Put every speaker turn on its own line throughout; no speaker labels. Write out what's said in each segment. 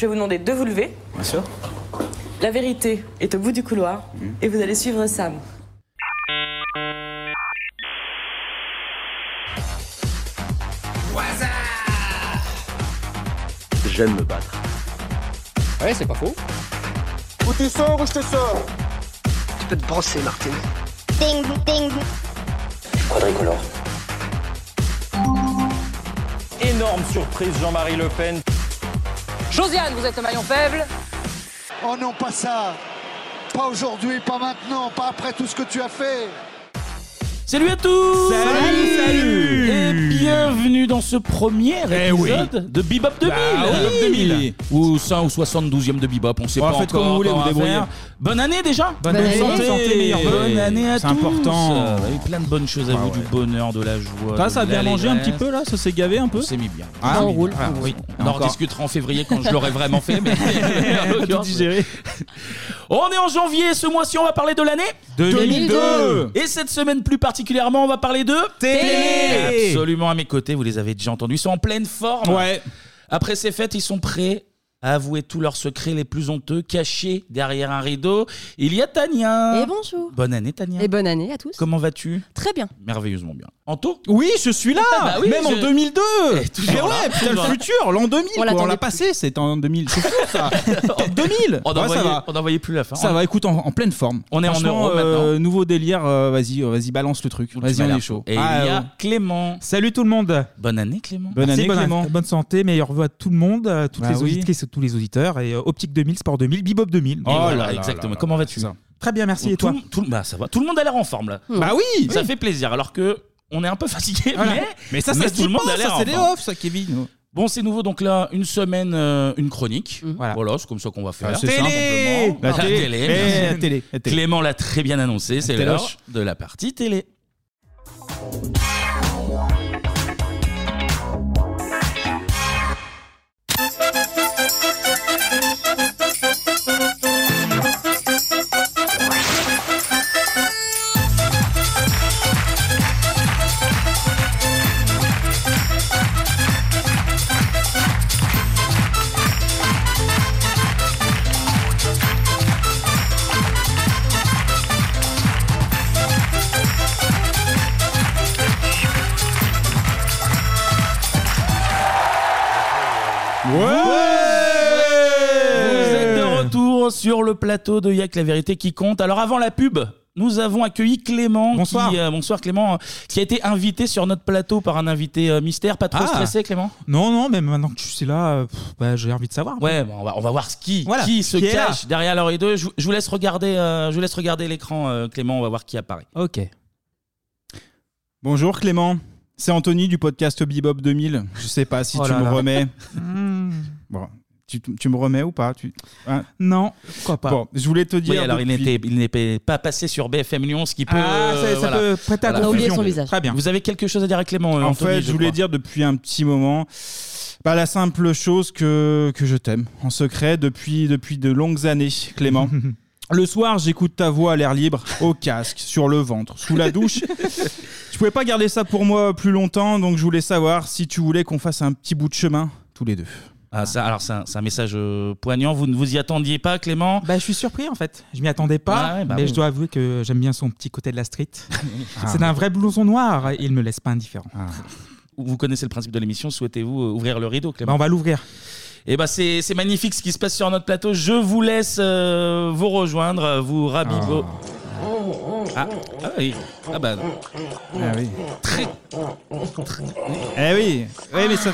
vais vous demander de vous lever.
Bien sûr.
La vérité est au bout du couloir et vous allez suivre Sam.
J'aime me battre.
Ouais, c'est pas faux.
Ou tu sors ou je te sors
Tu peux te brosser, Martin.
Ding, ding.
Quadricolore.
Énorme surprise, Jean-Marie Le Pen.
Josiane, vous êtes le maillon faible.
Oh non, pas ça Pas aujourd'hui, pas maintenant, pas après tout ce que tu as fait
Salut à tous
Salut, salut
Et bienvenue dans ce premier
Eh
épisode de Bah, Bebop 2000
oui,
Oui.
Bebop 2000.
Ou 100 ou 72e de Bebop, on sait
Bon,
pas
faites
encore
comme vous voulez, vous
comment on va
débrouillez.
faire. Bonne année déjà
Bonne année.
santé,
Santé, meilleure
Bonne
bonne.
année à
C'est
tous
important.
Euh, oui, Plein de bonnes choses à vous, du bonheur, de la joie
Ah Ça,
de
ça a bien mangé un
l'allégresse.
petit peu là Ça s'est gavé un peu
On s'est mis bien.
Ah,
s'est
on
mis
roule.
bien.
Ah, oui.
On en
Encore.
discutera en février quand je l'aurai vraiment fait. Mais... En
Tout
l'occurrence,
digéré.
On est en janvier, ce mois-ci on va parler de l'année
2002.
Et cette semaine plus particulièrement on va parler de
Télé.
Absolument à mes côtés, vous les avez déjà entendus, ils sont en pleine forme.
Ouais.
Après ces fêtes, ils sont prêts à avouer tous leurs secrets les plus honteux, cachés derrière un rideau. Il y a Tania.
Et bonjour.
Bonne année Tania.
Et bonne année à tous.
Comment vas-tu
Très bien.
Merveilleusement bien. Anto
Oui, je suis là
Ah
Bah oui,
Même en
je-
2002
Eh, toujours
Mais
là,
ouais, putain, le
toujours là.
futur, l'an 2000
On
quoi, On
l'attendait
l'a
plus.
passé, c'est en 2000. C'est fou ça En 2000
On
Ouais,
n'en
ça va.
voyait plus la fin.
Ça
On-
va, écoute, en, en pleine forme.
On est en
Franchement,
euro
euh,
maintenant.
Nouveau délire, euh, vas-y, euh, vas-y, balance le truc.
Tu
Vas-y,
m'as
on
l'air
est chaud.
fou. Et
Ah,
il y a
ouais.
Clément.
Salut tout le monde.
Ah, Bonne année Clément.
Bonne
Merci,
année,
bonne,
Clément.
bonne santé, meilleurs vœux à tout le monde, à toutes
Bah
les
oui.
auditrices et tous les auditeurs et euh, Optique 2000, Sport 2000, Bebop 2000.
Et
Oh
voilà,
là là
exactement.
là là
Comment
là,
vas-tu
c'est ça.
Très bien, merci et
tout,
toi
le- tout le- bah, ça va. Tout le monde a l'air en forme là.
Bah oui
Ça fait plaisir. Alors que on est un peu fatigué,
Voilà.
mais
Mais ça, ça
Mais
se
tout
dit
le monde
pas,
a l'air
ça, c'est des
enfant.
offs, ça, Kevin.
bon, c'est nouveau. Donc là, une semaine, euh, une chronique. Voilà,
Voilà.
c'est comme ça qu'on va faire.
Ah, c'est Télé
simplement.
La
Ah,
télé.
télé,
Eh,
merci.
la télé, la télé.
Clément l'a très bien annoncé. C'est
téloche.
l'heure de la partie télé. Vous êtes de retour sur le plateau de Yac, la vérité qui compte. Alors avant la pub. Nous avons accueilli Clément.
Bonsoir.
Qui, euh, bonsoir Clément, euh, qui a été invité sur notre plateau par un invité euh, mystère. Pas trop
Ah.
stressé Clément
Non, non, mais maintenant que tu suis là, euh, pff, bah, j'ai envie de savoir.
Ouais, bon, on, va, on va voir ce qui,
Voilà,
qui se
qui est là.
cache derrière l'oreille 2. Je, vous- je vous laisse regarder, euh, je vous laisse regarder l'écran, euh, Clément. On va voir qui apparaît.
Ok.
Bonjour Clément, c'est Anthony du podcast Bebop 2000. Je sais pas si
Oh
tu
là
me
là.
remets. Bon, tu, tu me remets ou pas tu... hein
Non, pourquoi pas
Bon, je voulais te dire.
Oui, alors il
depuis-
n'était, il n'était pas passé sur BFM Lyon, ce qui peut.
Ah,
euh,
ça, ça
voilà.
peut prêter à
Voilà.
On a oublié son
confusion.
visage.
Très bien.
Vous avez quelque chose à dire à Clément euh,
En
Anthony,
fait, je voulais
crois.
dire depuis un petit moment bah, la simple chose que, que je t'aime en secret depuis, depuis de longues années, Clément. Le soir, j'écoute ta voix à l'air libre, au casque, sur le ventre, sous la douche. Je pouvais pas garder ça pour moi plus longtemps, donc je voulais savoir si tu voulais qu'on fasse un petit bout de chemin tous les deux.
Ah, ça, alors c'est un, c'est un message euh, poignant. Vous ne vous y attendiez pas, Clément.
Bah, je suis surpris en fait. Je m'y attendais pas,
Ah ouais, bah
mais
oui. Ah.
je dois avouer que j'aime bien son petit côté de la street. c'est un vrai blouson noir, et il me laisse pas indifférent.
Vous connaissez le principe de l'émission. Souhaitez-vous euh, ouvrir le rideau, Clément
Bah, on va l'ouvrir.
Eh ben c'est c'est magnifique ce qui se passe sur notre plateau. Je vous laisse euh, vous rejoindre, euh, vous rabibo.
Oh,
Ah, ah oui. Ah bah non.
Ah oui.
très
Eh oui, Ouais, mais ça,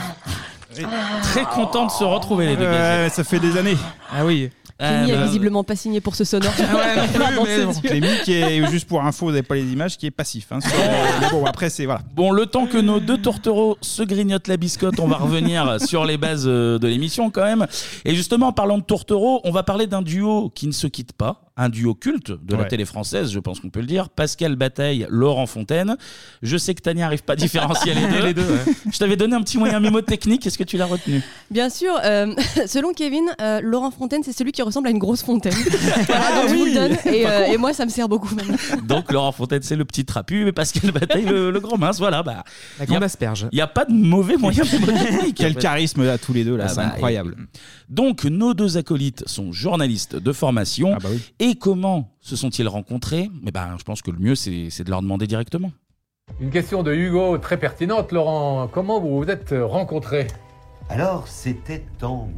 très content de se retrouver les deux.
Ah. ouais, ça fait des années.
Ah oui.
Kenny
Ah,
Euh,
bah,
a visiblement pas signé pour ce sonore.
Ah
Dans ses yeux.
Clémy, qui est, juste pour info, vous n'avez pas les images, qui est passif. hein, sur- mais bon, après, c'est voilà.
Bon, le temps que nos deux tourtereaux se grignotent la biscotte, on va revenir sur les bases euh, de l'émission quand même. Et justement, en parlant de tourtereaux, on va parler d'un duo qui ne se quitte pas. un duo culte de la
Ouais.
télé française, je pense qu'on peut le dire. Pascal Bataille, Laurent Fontaine. Je sais que Tania n'arrive pas à différencier les deux.
Les deux, ouais.
Je t'avais donné un petit moyen mnémotechnique, est-ce que tu l'as retenu
Bien sûr, euh, selon Kevin, euh, Laurent Fontaine, c'est celui qui ressemble à une grosse fontaine. Voilà, donc je vous
Ah
le donne, et, euh, et moi, ça me sert beaucoup maintenant.
Donc Laurent Fontaine, c'est le petit trapu, mais Pascal Bataille, le, le grand mince, voilà. Bah,
La
grande
asperge.
Il n'y a pas de mauvais moyen mnémotechnique.
Quel
en fait.
charisme à tous les deux là,
Ah
c'est
bah,
incroyable.
et- Donc nos deux acolytes sont journalistes de formation.
Ah, bah
Et comment se sont-ils rencontrés Eh ben, je pense que le mieux, c'est c'est de leur demander directement.
Une question de Hugo très pertinente. Laurent, comment vous vous êtes rencontrés
Alors, c'était en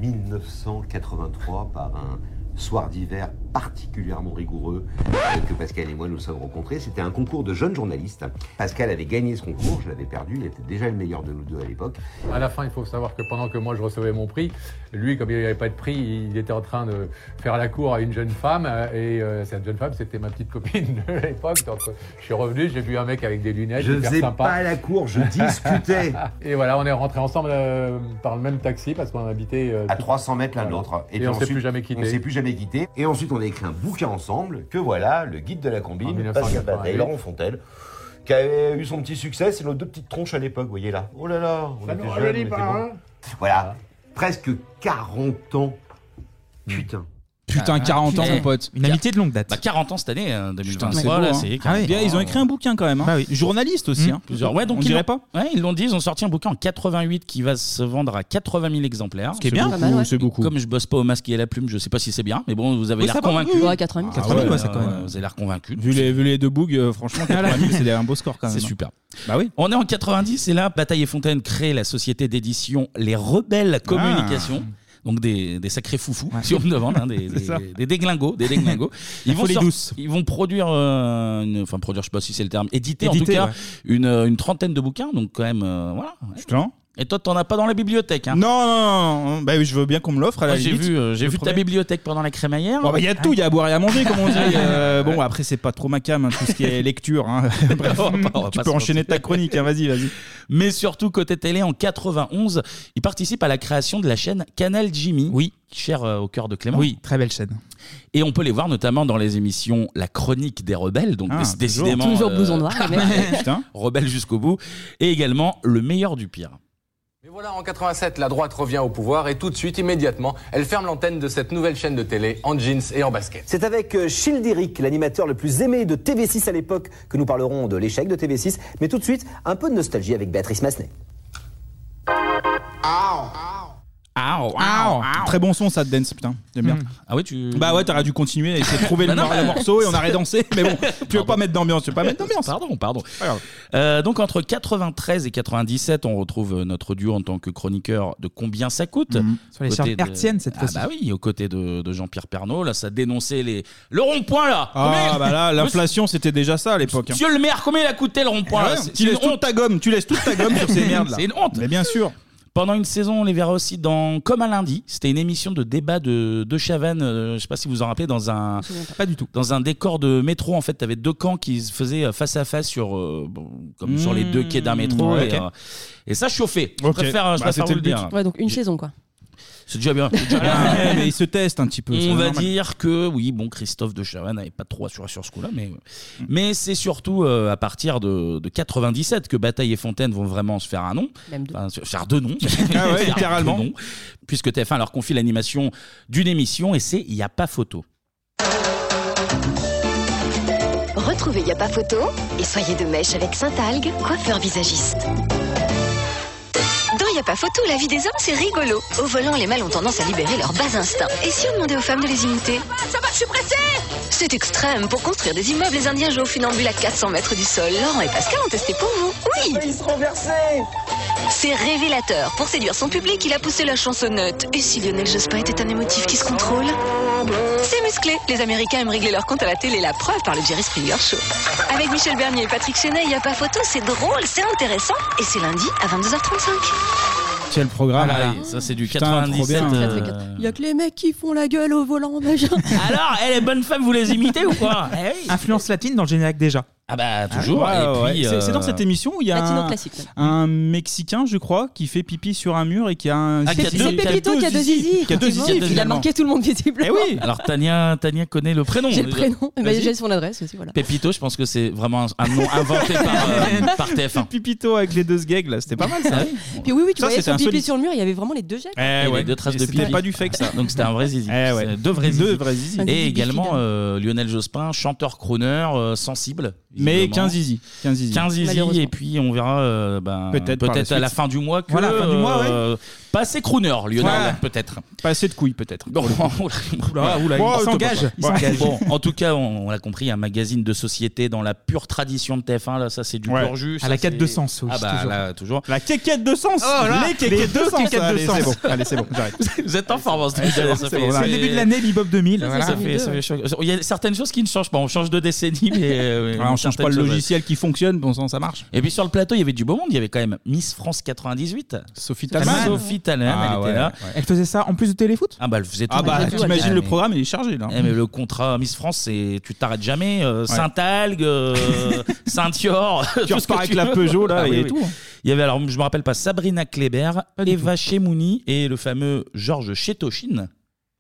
1983 par un soir d'hiver particulièrement rigoureux euh, que Pascal et moi nous sommes rencontrés. C'était un concours de jeunes journalistes. Pascal avait gagné ce concours, je l'avais perdu, il était déjà le meilleur de nous deux à l'époque.
À la fin, il faut savoir que pendant que moi je recevais mon prix, lui, comme il n'avait pas de prix, il était en train de faire la cour à une jeune femme. euh, Et euh, cette jeune femme, c'était ma petite copine de l'époque. Donc euh, je suis revenu, j'ai vu un mec avec des lunettes.
Je
hyper
faisais
sympa.
pas la cour, je discutais.
et voilà, on est rentrés ensemble euh, par le même taxi parce qu'on habitait. euh,
à
tout-
300 mètres l'un de
Voilà.
l'autre.
Et, on ne s'est
ensuite,
plus jamais
On s'est
quittés.
plus jamais quitté. Et ensuite, on a écrit un bouquin ensemble, que voilà, le guide de la
En
combine,
1988.
Pascal Bataille, Laurent Fontaine, qui avait eu son petit succès. C'est nos deux petites tronches à l'époque, vous voyez là. Oh là là, on
Ça
était
nous
jeunes,
rajeunit
on
pas,
était bons.
hein
Voilà, presque 40 ans. Putain.
Putain, 40 ans, mon pote.
Une amitié de longue date.
Ah, Bah, 40 ans cette année, hein, 2023.
Putain, c'est beau,
là,
hein.
c'est
Ah oui. Bien, ils ont écrit un bouquin quand même. hein. Journaliste aussi.
Mmh.
hein.
Plusieurs. Ouais, donc
On
ils
dirait
l'ont-
pas.
Ouais, ils l'ont dit, ils ont sorti un bouquin en 88 qui va se vendre à 80 000 exemplaires. Ce
qui est bien, Pas mal, ouais. c'est beaucoup.
Comme je bosse pas au masque et à la plume, je sais pas si c'est bien, mais bon, vous avez
Oui,
l'air
ça va,
convaincu. Ah euh,
oui, oui.
Ouais, 80 000.
80 000, ouais, c'est quand même.
Vous avez l'air convaincu.
Vu les, vu les deux bougs, euh, franchement, 80 000, c'est un beau score quand même. hein.
C'est super.
Bah
On est en 90 et là, Bataille et Fontaine créent la société d'édition Les
Ah.
Rebelles Communications. Donc des, des sacrés foufous, si on me demande, hein, des,
C'est
des-
ça.
des déglingos, des déglingos.
La folie
sort-
douce.
ils vont produire, euh, une- enfin produire, je sais pas si c'est le terme, éditer, en tout
Éditer,
cas
ouais.
une, euh, une trentaine de bouquins, donc quand même, euh, voilà. Et toi, t'en as pas dans la bibliothèque hein.
Non, non, non, non, bah oui, je veux bien qu'on me l'offre à la
Moi, J'ai
limite.
vu, euh, j'ai
Je
vu ta
promets.
bibliothèque pendant la crémaillère.
Bon, bah, il y a tout, il y a à boire et à manger, comme on dit. Euh, bon, après, c'est pas trop ma cam, hein, tout ce qui est lecture. hein. Bref,
On va pas- on va
tu
pas
peux
se
enchaîner
mentir.
ta chronique, hein, vas-y, vas-y.
Mais surtout, côté télé, en 91, il participe à la création de la chaîne Canal Jimmy. Oui. Chère euh, au cœur de Clément.
Oui, très belle chaîne.
Et on peut les voir notamment dans les émissions La Chronique des Rebelles, donc
Ah,
dé-
toujours.
décidément.
Toujours blouson noir, les mecs.
Putain.
Rebelle jusqu'au bout. Et également Le meilleur du pire.
Mais voilà, en 87, la droite revient au pouvoir et tout de suite, immédiatement, elle ferme l'antenne de cette nouvelle chaîne de télé en jeans et en basket.
C'est avec euh, Childéric, l'animateur le plus aimé de TV6 à l'époque, que nous parlerons de l'échec de TV6, mais tout de suite, un peu de nostalgie avec Béatrice Massenet.
Très bon son, ça, de dance, putain. J'aime
Hmm.
bien.
Ah ouais, tu.
Bah ouais, t'aurais dû continuer, essayer de trouver le,
Bah non,
mor- le
bah-
morceau et on aurait dansé. Mais bon, tu veux pas mettre d'ambiance, tu veux pas mettre d'ambiance.
Pardon, pardon. Euh, donc entre 93 et 97, on retrouve euh, notre duo en tant que chroniqueur de Combien ça coûte
Mhm. Sur les
Côté
chaînes hertziennes, cette
Ah
fois-ci.
Bah oui, aux côtés de, de Jean-Pierre Pernaud, là ça dénonçait les le rond-point là.
Ah
Combien-
bah là, l'inflation, c'était déjà ça à l'époque. hein.
Monsieur le maire, combien il a coûté le rond-point
Ah
là
ouais,
C'est-
tu
c'est
laisses
une
toute ta gomme, tu laisses toute ta gomme sur ces merdes là.
C'est une honte.
Mais bien sûr.
Pendant une saison, on les verra aussi dans Comme un lundi. C'était une émission de débat de, de Chavannes. euh, je sais pas si vous vous en rappelez, dans un
pas du tout
dans un décor de métro. En fait, t'avais deux camps qui se faisaient face à face sur euh, bon, comme sur les
Mmh,
deux quais d'un métro.
ouais,
et,
ok.
euh, et ça chauffait. Je
Ok.
préfère, euh, je
Bah,
préfère
c'était
vous le
le but.
dire.
Ouais, donc une saison, quoi.
C'est déjà bien. c'est déjà bien.
Ouais, Ah, mais ils se testent un petit peu. c'est
On va
normal.
dire que oui, bon, Christophe de Chavannes n'avait pas trop assuré sur ce coup-là, mais,
Mm.
mais c'est surtout euh, à partir de, de 97 que Bataille et Fontaine vont vraiment se faire un nom.
Même deux.
Enfin, se faire deux noms.
Ah ouais,
Faire
littéralement.
deux noms. puisque TF1 leur confie l'animation d'une émission et c'est Il n'y a pas photo.
Retrouvez Y a pas photo et soyez de mèche avec Saint-Algue, coiffeur visagiste. Dans Y a pas photo, la vie des hommes, c'est rigolo. Au volant, les mâles ont tendance à libérer leur bas instinct. Et si on demandait aux femmes de les imiter Ah, Ça va, je suis pressée C'est extrême. Pour construire des immeubles, les Indiens jouent au funambule à 400 mètres du sol. Laurent et Pascal ont testé pour vous. Oui Ils se renversaient C'est révélateur. Pour séduire son public, il a poussé la chansonnette. Et si Lionel Jospin était un émotif qui se contrôle C'est musclé. Les Américains aiment régler leur compte à la télé. La preuve par le Jerry Springer Show. Avec Michel Bernier et Patrick Chenet, il n'y a pas photo. C'est drôle, c'est intéressant. Et c'est lundi à 22h35.
Tiens, le programme.
Voilà,
Ah là.
et ça, c'est du
Putain, trop
97,
bien.
euh,
Il y a que les mecs qui font la gueule au volant, machin.
Alors, elle est bonne femme, vous les imitez ou quoi Eh oui.
Influence latine dans le générique déjà.
Ah bah toujours.
Ouais,
et
ouais.
puis,
C'est- C'est dans
euh,
cette émission où il y a
Latino
un,
classique.
un Mexicain, je crois, qui fait pipi sur un mur et qui a un.
Ah, qui a
zizi.
deux-
C'est Pépito qui a deux zizi.
Qui a deux
effectivement.
zizi,
Il a
finalement.
marqué tout le monde visiblement.
oui
Alors Tania, Tania connaît le prénom.
J'ai le Eh prénom. Eh ben,
Vas-y.
J'ai son adresse aussi, voilà.
Pépito, je pense que c'est vraiment un nom inventé par, euh, par TF1.
Pipito avec les deux sgegs là, c'était pas mal
Ah
ça.
Puis oui, oui, tu
Ça,
voyais
c'était
son
un
pipi
solide. Ah,
sur le mur, il y avait vraiment les deux jets.
Eh ouais. deux traces de
C'était
pipi.
pas du fake ça. Eh
Donc c'était un vrai zizi. C'est Deux vrais zizi.
zizi.
Et également euh, Lionel Jospin, chanteur crooner, euh, sensible.
Mais
visiblement.
15 zizi. 15 zizi.
15 zizi,
Malheureusement.
et puis on verra euh, ben,
Peut-être par la
à la
suite.
fin du mois que.
Voilà, fin du mois, ouais.
euh, pas assez crooner, Lionel,
Ouais.
peut-être.
Pas assez de couilles peut-être.
Bon, oula,
Oula, oula, il s'engage, il s'engage.
Bon, en tout cas, on, on l'a compris, un magazine de société dans la pure tradition de TF1, là, ça c'est du
Ouais.
pur jus.
À
ça,
la quête
c'est-
de sens aussi,
Ah bah,
toujours.
là, toujours.
La quéquette de sens
Oh là
Les quéquettes
Les
de
deux
sens
quéquettes de
Allez,
sens.
c'est bon, allez, c'est bon, j'arrête.
Vous êtes en forme en ce
Ouais,
moment,
c'est bon,
ça
c'est
fait-
bon, c'est le début de l'année, Bebop 2000.
Ça,
Voilà.
ça fait- ça fait choc. Il y a certaines choses qui ne changent pas. On change de décennie, mais. euh,
Voilà, on change pas le
certaines choses,
logiciel qui fonctionne, bon sang, ça marche.
Et puis sur le plateau, il y avait du beau monde. Il y avait quand même Miss France 98.
Sophie
Talman.
Sophie Talman,
Ah
elle était
ouais,
là.
ouais.
Elle faisait ça en plus de téléfoot
Ah bah elle faisait tout.
Ah bah, t'imagines le programme,
il
est chargé là.
Eh, mais le contrat Miss France, c'est tu t'arrêtes jamais. euh,
Ouais.
Saint-Algue, euh, Saint-Dior.
Tu
tout ce
repars
que
avec la Peugeot, là,
Ah
et tout, hein.
Il y avait alors, je me rappelle pas, Sabrina Kléber, Eva Chemouni et le fameux Georges Chetoshin.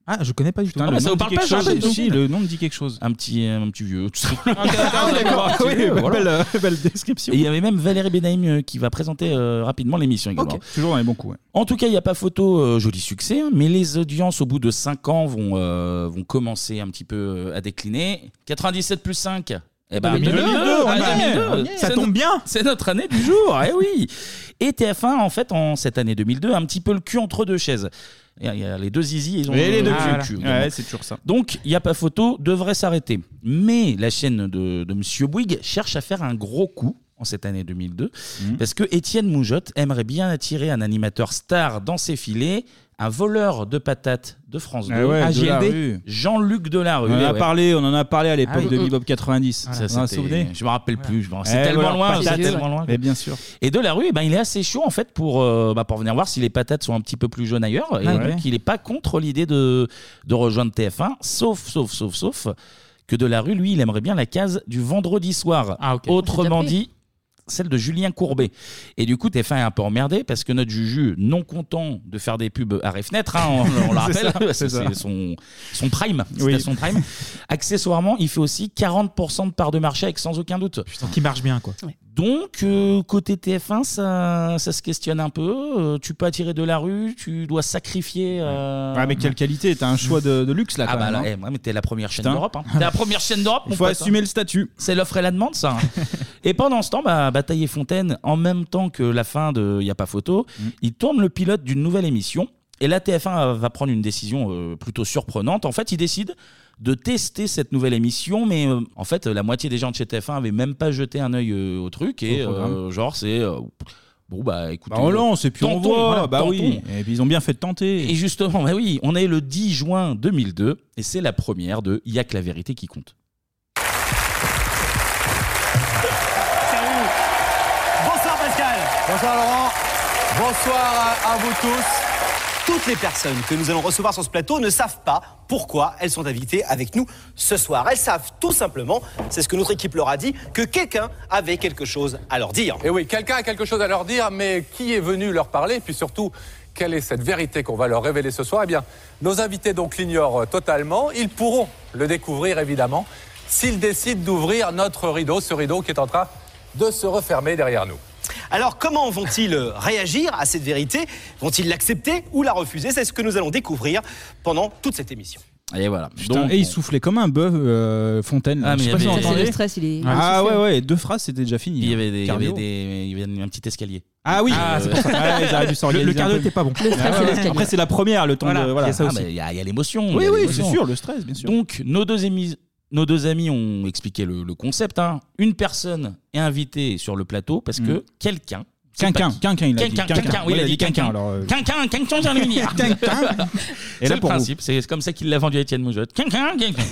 Ah, je connais pas du tout.
Ah bah, ça vous parle pas, Georges
Si,
Chetoshin
le nom me dit quelque chose.
Un petit, euh, un petit vieux, tout simplement.
d'accord.
Tu veux, voilà.
description.
Et il y avait même Valérie Benahim euh, qui va présenter euh, rapidement l'émission également.
Toujours dans les bons coups. ouais.
En tout cas, il n'y a pas photo, euh, joli succès, hein, mais les audiences au bout de 5 ans vont, euh, vont commencer un petit peu euh, à décliner. 97 plus 5 eh ben,
Ah, mais
2002,
2002,
ah,
on y est,
2002.
on y est. Ça
C'est
tombe
no-
bien.
C'est notre année du jour, eh oui Et TF1, en fait, en cette année 2002, un petit peu le cul entre deux chaises. Il y a- il y a les deux zizi, ils ont
Et les deux
Ah,
culs.
voilà.
Ouais, c'est toujours ça.
Donc, il n'y a pas photo, devrait s'arrêter. Mais la chaîne de, de Monsieur Bouygues cherche à faire un gros coup en cette année 2002,
Mmh.
parce que Étienne Moujotte aimerait bien attirer un animateur star dans ses filets, un voleur de patates de France 2,
Ah ouais,
un
de la
JLD,
rue.
Jean-Luc
On
Delarue.
en, a
Ouais.
parlé, on en a parlé à l'époque
Ah,
de
mm, mm.
Bebop 90.
Voilà,
vous vous en
c'était-
souvenez
Je me rappelle plus. je me- C'est
Eh,
tellement,
voilà,
loin, c'est
patate.
tellement loin.
Mais bien sûr.
Et de la rue, eh ben, il est assez chaud en fait pour, euh, bah, pour venir voir si les patates sont un petit peu plus jaunes ailleurs. Et
Ah Ouais.
donc, il n'est pas contre l'idée de, de rejoindre TF1, sauf, sauf, sauf, sauf que de la rue, lui, il aimerait bien la case du vendredi soir.
Ah,
Autrement
C'est déjà pris.
dit, celle de Julien Courbet. Et du coup, TF1 est un peu emmerdé parce que notre Juju, non content de faire des pubs à Fenêtre, hein, on, on le
C'est ça,
rappelle, parce
c'est
que
ça.
c'est son, son prime. C'était son prime. Accessoirement, il fait aussi 40% de part de marché avec sans aucun doute.
Qui marche bien, quoi.
Donc, euh, côté TF1, ça, ça se questionne un peu. Euh, tu peux attirer de la rue, tu dois sacrifier. euh,
Ouais, mais quelle qualité T'as un choix de, de luxe là.
Ah
quand
bah
même,
là,
hein.
eh, ouais, mais t'es la première chaîne
Putain.
d'Europe. hein. T'es la première chaîne d'Europe. hein.
Il faut assumer le statut.
C'est l'offre et la demande, ça. et pendant ce temps, bah, Bataille et Fontaine, en même temps que la fin de Y a pas photo,
Mm.
ils tournent le pilote d'une nouvelle émission. Et la TF1 va prendre une décision euh, plutôt surprenante. En fait, ils décident de tester cette nouvelle émission, mais euh, en fait, la moitié des gens de chez TF1 avaient même pas jeté un œil euh, au truc. Et
Au programme.
euh, genre, c'est euh, bon bah écoutez,
Bah, on lance et puis on
tentons,
voit.
voilà,
bah oui.
tentons.
Et puis ils ont bien fait de tenter.
Et justement, bah oui, on est le 10 juin 2002 et c'est la première de Il y a que la vérité qui compte.
Bonsoir Pascal. Bonsoir Laurent. Bonsoir à, à vous tous. Toutes les personnes que nous allons recevoir sur ce plateau ne savent pas pourquoi elles sont invitées avec nous ce soir. Elles savent tout simplement, c'est ce que notre équipe leur a dit, que quelqu'un avait quelque chose à leur dire.
Et oui, quelqu'un a quelque chose à leur dire, mais qui est venu leur parler Et puis surtout, quelle est cette vérité qu'on va leur révéler ce soir Eh bien, nos invités donc l'ignorent euh, totalement. Ils pourront le découvrir, évidemment, s'ils décident d'ouvrir notre rideau, ce rideau qui est en train de se refermer derrière nous.
Alors comment vont-ils réagir à cette vérité Vont-ils l'accepter ou la refuser C'est ce que nous allons découvrir pendant toute cette émission.
Et voilà.
Putain, et il soufflait comme un bœuf euh, Fontaine. là.
Ah, mais
Je sais
il
pas
y
si vous
avait-
entendez.
C'est le stress, il est-
Ah
il est
ouais,
soufflé.
ouais, deux phrases, c'était déjà fini. hein.
Il y avait, des, il y avait
Cardio.
des- il y avait un petit escalier.
Ah oui, c'est pour ça. Ah, ils auraient dû s'organiser un peu. Ah, ouais. Après, c'est la première, le temps
Voilà.
de.
Il y
Voilà,
a ça aussi. Ah, mais il y a- il y a l'émotion. il
Oui,
y a
oui, c'est
l'émotion.
sûr, le stress, bien sûr.
Donc, nos deux, émis- nos deux amis ont expliqué le, le concept. hein. Une personne est invitée sur le plateau parce que
Mm.
quelqu'un.
Quinquin, quinquin, il a dit.
Quelqu'un,
Quinquin.
quelqu'un,
Ouais,
oui, il a dit quelqu'un.
alors, euh,
Quelqu'un, quelqu'un, j'ai envie de dire.
Et là,
C'est le
pour vous.
principe, c'est comme ça qu'il l'a vendu à Étienne Moujotte. Quelqu'un, quelqu'un.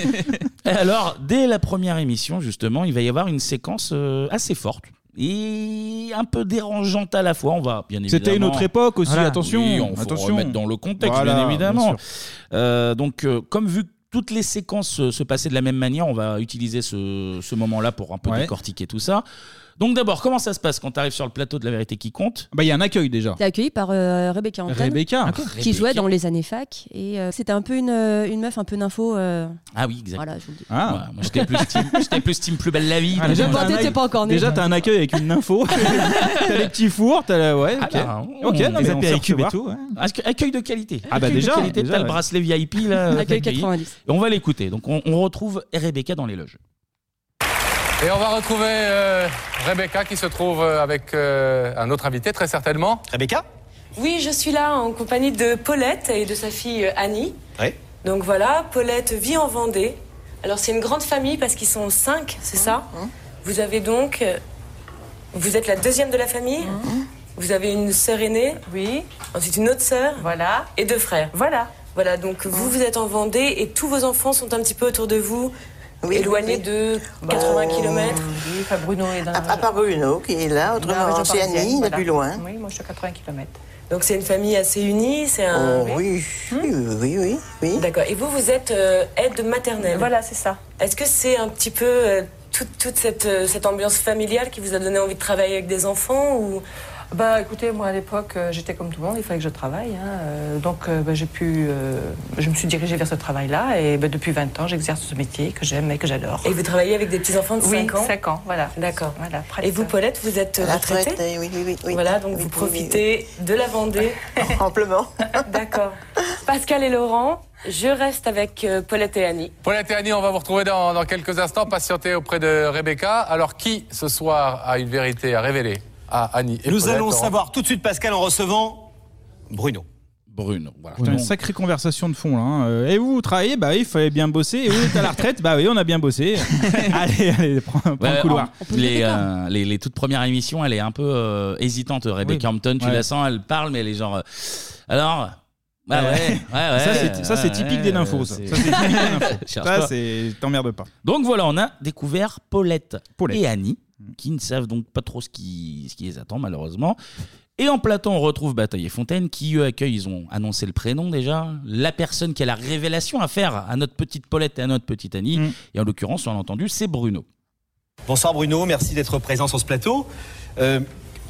Et alors, dès la première émission, justement, il va y avoir une séquence euh, assez forte et un peu dérangeante à la fois. On va bien évidemment.
C'était une autre époque aussi,
Voilà.
attention,
Oui, on faut
attention.
remettre dans le contexte,
Voilà,
bien évidemment.
bien
Euh, donc, euh, comme vu toutes les séquences euh, se passaient de la même manière. On va utiliser ce, ce moment-là pour un peu
Ouais.
décortiquer tout ça. Donc d'abord, comment ça se passe quand tu arrives sur le plateau de la vérité qui compte
Bah il y a un accueil déjà.
T'es accueilli par euh, Rebecca Anton,
Rebecca.
qui
Rebecca.
jouait dans les années fac. Et euh, c'était un peu une, euh, une meuf un peu d'info. euh,
Ah oui, exact.
Voilà, je vous le dis.
Ah.
Ouais, moi j'étais plus team, j'étais plus team plus belle la vie.
déjà,
Donc,
t'as un
euh,
accueil- Déjà, t'as un accueil avec une info. t'as les petits fours, t'as la- ouais, ok.
Ah,
ok,
on-
non,
les
mais on sait
apéricubes
recevoir.
et tout, ouais. Accueil- Accueil de qualité.
Ah bah
Accueil de
déjà,
qualité,
déjà,
t'as
ouais.
le bracelet VIP là.
Accueil
t'as le
90.
Et on va l'écouter. Donc on, on retrouve Rebecca dans les loges.
Et on va retrouver euh, Rebecca qui se trouve euh, avec euh, un autre invité, très certainement. Rebecca
Oui, je suis là en compagnie de Paulette et de sa fille euh, Annie.
Oui.
Donc voilà, Paulette vit en Vendée. Alors c'est une grande famille parce qu'ils sont cinq, c'est ça Vous avez donc... euh, Vous êtes la deuxième de la famille Vous avez une sœur aînée Mhm. Oui. Ensuite une autre sœur Voilà. Et deux frères Voilà. Mhm. Voilà, donc vous, vous êtes en Vendée et tous vos enfants sont un petit peu autour de vous, éloignés de 80 km. Oui, enfin Bruno est dans
À part Bruno, qui est là,
Dans la
autrement,
région
c'est
parisienne,
Annie, la
voilà.
plus loin.
Oui, moi je suis à 80 km. Donc c'est une famille assez unie, c'est un.
Oh, oui, oui, oui, oui, oui.
D'accord. Et vous, vous êtes euh, aide maternelle. Voilà, c'est ça. Est-ce que c'est un petit peu euh, toute, toute cette, euh, cette ambiance familiale qui vous a donné envie de travailler avec des enfants ou
Bah écoutez, moi à l'époque, euh, j'étais comme tout le monde, il fallait que je travaille. hein, euh, donc euh, bah, j'ai pu, euh, je me suis dirigée vers ce travail-là et bah, depuis 20 ans, j'exerce ce métier que j'aime et que j'adore.
Et vous travaillez avec des petits enfants de
Oui,
5 ans
5 ans, voilà.
D'accord. Et vous, Paulette, vous êtes euh,
La
retraitée
retraite, oui, oui, oui, oui.
Voilà, donc vous profitez de la Vendée.
Amplement.
D'accord. Pascal et Laurent, je reste avec euh, Paulette et Annie.
Paulette et Annie, on va vous retrouver dans, dans quelques instants, patienter auprès de Rebecca. Alors, qui ce soir a une vérité à révéler à Annie et
Nous
Paulette,
allons
Laurent
savoir tout de suite, Pascal, en recevant Bruno.
Bruno, voilà.
Putain, une
Donc,
sacrée conversation de fond là. hein. Euh, Et vous, vous travaillez Bah oui, il fallait bien bosser. Et vous êtes à la retraite Bah oui, on a bien bossé. allez, allez, prends, prends
Ouais,
le couloir.
en- les, euh, les, les toutes premières émissions, elle est un peu euh, hésitante, Rebecca Hampton. Tu
Ouais.
la sens, elle parle, mais elle est genre. euh, alors. Bah ouais,
Ouais.
ouais, ouais,
Ça, c'est- ça, c'est typique des nymphos, ça. Ça, c'est typique des nymphos.
Cherche
Ça,
pas.
c'est- t'emmerdes pas.
Donc voilà, on a découvert Paulette,
Paulette.
et Annie, qui ne savent donc pas trop ce qui, ce qui les attend malheureusement. Et en plateau, on retrouve Bataille et Fontaine, qui eux accueillent, ils ont annoncé le prénom déjà, la personne qui a la révélation à faire à notre petite Paulette et à notre petite Annie.
Mm.
Et en l'occurrence, on l'a entendu, c'est Bruno.
Bonsoir Bruno, merci d'être présent sur ce plateau. Euh,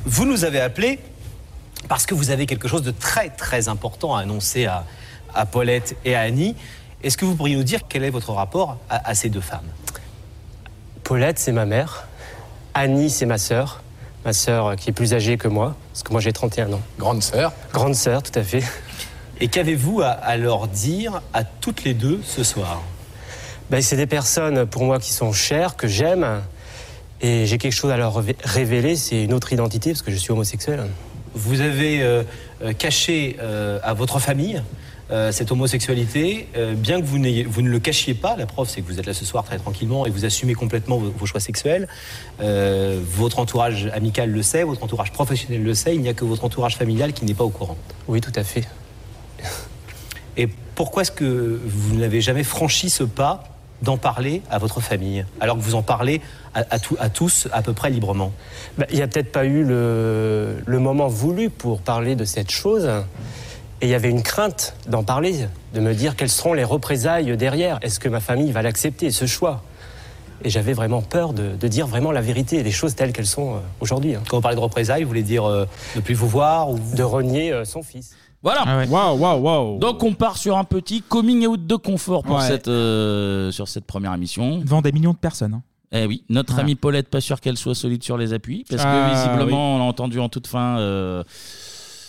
vous nous avez appelé parce que vous avez quelque chose de très très important à annoncer à, à Paulette et à Annie. Est-ce que vous pourriez nous dire quel est votre rapport à, à ces deux femmes
Paulette, c'est ma mère. Annie, c'est ma sœur. Ma sœur euh, qui est plus âgée que moi, parce que moi j'ai 31 ans.
Grande sœur.
Grande sœur, tout à fait.
Et qu'avez-vous à, à leur dire à toutes les deux ce soir
Ben, c'est des personnes pour moi qui sont chères, que j'aime. Et j'ai quelque chose à leur révé- révéler, c'est une autre identité, parce que je suis homosexuel.
Vous avez euh, euh, caché euh, à votre famille euh, cette homosexualité, euh, bien que vous, n'ayez- vous ne le cachiez pas, la preuve c'est que vous êtes là ce soir très tranquillement et vous assumez complètement vos, vos choix sexuels. Euh, votre entourage amical le sait, votre entourage professionnel le sait, il n'y a que votre entourage familial qui n'est pas au courant.
Oui, tout à fait.
Et pourquoi est-ce que vous n'avez jamais franchi ce pas d'en parler à votre famille, alors que vous en parlez à- à tout- à tous à peu près librement
Ben, Il n'y a peut-être pas eu le, le moment voulu pour parler de cette chose. Et il y avait une crainte d'en parler, de me dire quelles seront les représailles derrière. Est-ce que ma famille va l'accepter, ce choix Et j'avais vraiment peur de, de dire vraiment la vérité, les choses telles qu'elles sont euh, aujourd'hui.
Quand vous parlez de représailles, vous voulez dire euh, ne plus vous voir
De renier euh, son fils.
Voilà.
Ah Waouh, waouh, waouh.
Donc on part sur un petit coming out de confort pour
Ouais.
cette, euh, sur cette première émission.
Devant des millions de personnes. hein.
Eh oui, notre
Ah.
Voilà.
amie Paulette, pas sûr qu'elle soit solide sur les appuis, parce que
Ah,
visiblement, on l'a entendu en toute fin, euh,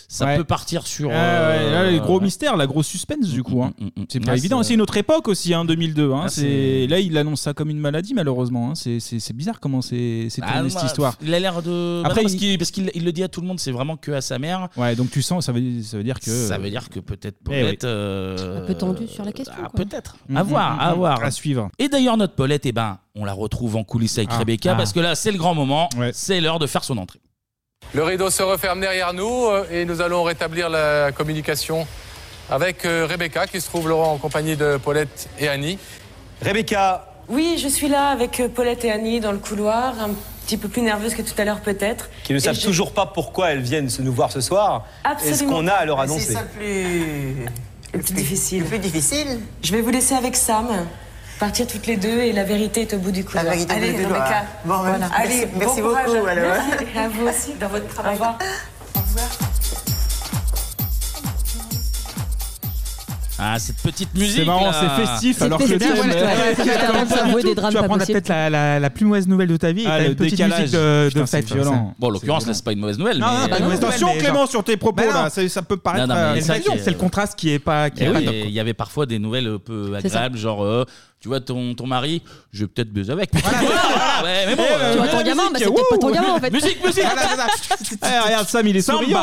ça
Ouais. Ah,
peut partir sur.
Ouais,
euh, Mm,
ouais, là, les gros mystère, la grosse suspense du coup. hein. C'est pas
Ouais,
évident.
Ah, c'est-
C'est une autre époque aussi, hein, 2002. Hein.
Ah,
c'est... Là, il annonce ça comme une maladie, malheureusement. hein. C'est, c'est- c'est bizarre comment c'est, c'est
Ah,
tourné
moi,
cette histoire.
Il a l'air de.
Après,
Après, parce
il-
qu'il parce qu'il- il le dit à tout le monde, c'est vraiment que à sa mère.
Ouais, donc tu sens, ça veut, ça veut dire que.
Ça veut dire que peut-être
Eh oui. Mhm,
Paulette. euh,
Un peu tendu sur la question.
ah,
quoi.
peut-être. À voir, à voir.
À suivre.
Et d'ailleurs, notre Paulette, eh ben, on la retrouve en coulisses avec
Ah.
Rebecca,
Ah.
parce que là, c'est le grand moment. C'est l'heure de faire son entrée.
Le rideau se referme derrière nous euh, et nous allons rétablir la communication avec euh, Rebecca qui se trouve, Laurent, en compagnie de Paulette et Annie.
Rebecca,
Oui, je suis là avec euh, Paulette et Annie dans le couloir, un petit peu plus nerveuse que tout à l'heure peut-être.
qui ne savent toujours pas pourquoi elles viennent se nous voir ce soir.
Absolument. Ah,
Est-ce qu'on a à leur
Mais
annoncer
c'est ça
plus
Le plus difficile. Le
plus difficile
Je vais vous laisser avec Sam. Partir toutes les deux et la vérité est au bout du couloir.
La vérité est au bout
Allez,
du couloir.
Rebecca.
Bon,
bah,
Voilà.
merci-
Allez,
merci
bon courage.
beaucoup, alors.
Merci. À vous aussi dans votre travail. Au revoir.
Ah, cette petite musique.
C'est marrant,
là.
c'est
Ah,
festif, C'est alors que
festif,
thème, ouais, euh, ouais,
Tu vas
ouais,
prendre
ouais,
la- tu vas prendre peut-être la, la, la plus mauvaise nouvelle de ta vie. et
Ah,
t'as
le
une petite
décalage.
musique de,
Putain,
de
c'est
fête,
violent.
violent.
Bon, en l'occurrence, là, c'est pas une mauvaise nouvelle. mais- euh,
Attention
euh,
Clément sur tes propos
Ben non.
là, ça, ça peut paraître.
Non, non, mais
euh,
c'est ça
intelligent.
qui est-
contraste qui est pas.
qui
Eh
est
oui,
pas
Il
top,
y avait parfois des nouvelles euh, peu
C'est ça.
agréables, genre, euh, tu vois, ton, ton mari, je vais peut-être baiser avec. Ouais, mais bon,
Eh,
euh,
tu vois ton
la
gamin,
musique,
bah, c'est peut-être pas ton
wouh.
gamin, en fait.
euh, Musique, musique
Voilà, Eh, regarde Sam, il est souriant.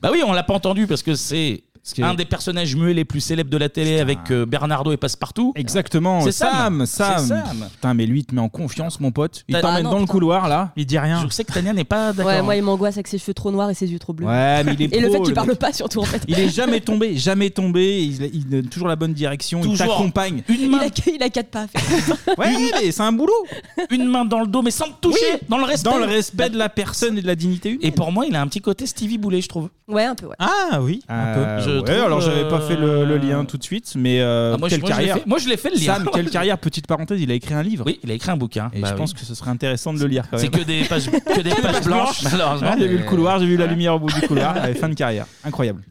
Bah oui, on l'a pas entendu parce que c'est un des personnages muets les plus célèbres de la télé avec euh, Bernardo et Passepartout.
Exactement,
C'est
Sam, Oh, Sam.
C'est Sam.
Putain, mais lui, il te met en confiance, mon pote. Il
T'as-
t'emmène
Ah non,
dans le
putain.
couloir, là.
Il dit rien.
Je sais que Tania n'est
Ah, bah,
pas d'accord.
Ouais, moi, il m'angoisse avec ses cheveux trop noirs et ses yeux trop bleus.
Ouais, mais il est
et le
pro,
fait qu'il
le
parle
mec.
pas, surtout, en fait.
Il est jamais tombé, jamais tombé. Il, il donne toujours la bonne direction.
Toujours.
Il t'accompagne.
Une
Il a, il a quatre pas à faire.
Ouais, mais c'est un boulot.
Une main dans le dos, mais sans te toucher,
Oui,
dans le respect.
dans le respect de la personne et de la dignité humaine.
Et pour moi, il a un petit côté Stevie Boulet, je trouve.
Ouais, un peu, ouais.
Ah oui,
Euh,
Je
ouais,
trouve,
alors j'avais
euh,
pas fait le, le lien tout de suite, mais euh,
Ah, moi, je-
quelle
moi, je l'ai
carrière
fait- moi, je l'ai fait, le lien.
Sam, quelle carrière Petite parenthèse, il a écrit un livre.
Oui, il a écrit un bouquin.
Et
Bah
je
oui.
pense que ce serait intéressant de le lire. quand
C'est
même.
que des pages, que des pages blanches, malheureusement.
Ouais, j'ai vu le
Mais-
couloir, j'ai vu la
Ouais.
lumière au bout du couloir. Ouais, fin de carrière, incroyable.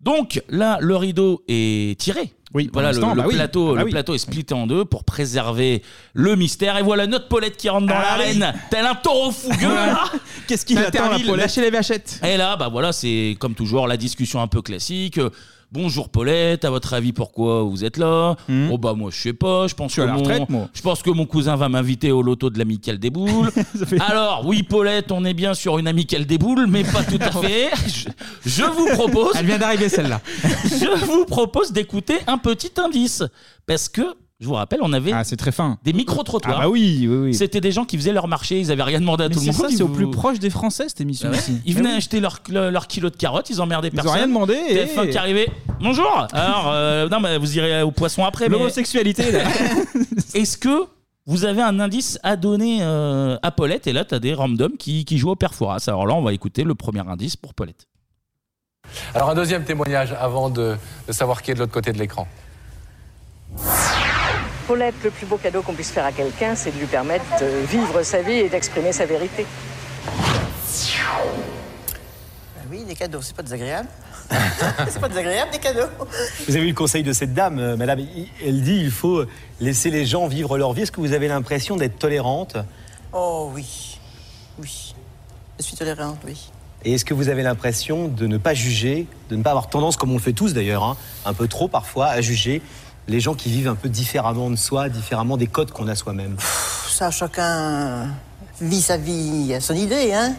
Donc là, le rideau est tiré.
Oui, pour
voilà, le,
l'instant,
le
bah oui.
plateau,
Ah bah
le
oui.
plateau est splitté en deux pour préserver le mystère. Et voilà notre Paulette qui rentre dans
Ah
l'arène, tel un taureau fougueux. là.
Qu'est-ce qu'il
T'as
attend la
Termille,
Paulette Lâchez les vachettes.
Et là, bah voilà, c'est comme toujours la discussion un peu classique. Euh, Bonjour Paulette, à votre avis pourquoi vous êtes là Oh bah moi je sais pas, je pense
Hmm. suis
que
à la
mon,
retraite, moi.
je pense que mon cousin va m'inviter au loto de l'amicale des boules. Alors oui Paulette, on est bien sur une amicale des boules, mais pas tout à fait. Je, je vous propose.
Elle vient d'arriver celle-là.
je vous propose d'écouter un petit indice parce que je vous rappelle, on avait des micro trottoirs.
Ah bah oui, oui, oui.
C'était des gens qui faisaient leur marché, ils avaient rien demandé à
Mais
tout le
c'est
monde.
ça,
ils
c'est au
vous-
plus proche des Français cette émission
Ah ouais.
ici.
Ils venaient
Ah oui.
acheter leur, leur, leur kilo de carottes, ils emmerdaient
Ils ont
personne.
rien demandé, et-
TF1 qui arrivait. Bonjour Alors, euh, non, mais vous irez au poisson après. mais-
L'homosexualité, là.
Est-ce que vous avez un indice à donner euh, à Paulette Et là, tu as des randoms qui, qui jouent au perforas. Alors là, on va écouter le premier indice pour Paulette.
Alors un deuxième témoignage avant de, de savoir qui est de l'autre côté de l'écran.
Paulette, le plus beau cadeau qu'on puisse faire à quelqu'un, c'est de lui permettre de vivre sa vie et d'exprimer sa vérité.
Ah oui, des cadeaux, c'est pas désagréable. Ah, c'est pas désagréable, des cadeaux.
Vous avez eu le conseil de cette dame, euh, madame. Il- Elle dit il faut laisser les gens vivre leur vie. Est-ce que vous avez l'impression d'être tolérante
Oh oui, oui. Je suis tolérante, oui.
Et est-ce que vous avez l'impression de ne pas juger, de ne pas avoir tendance, comme on le fait tous d'ailleurs, hein, un peu trop parfois, à juger les gens qui vivent un peu différemment de soi, différemment des codes qu'on a soi-même
Pff, Ça, chacun vit sa vie à son idée, hein.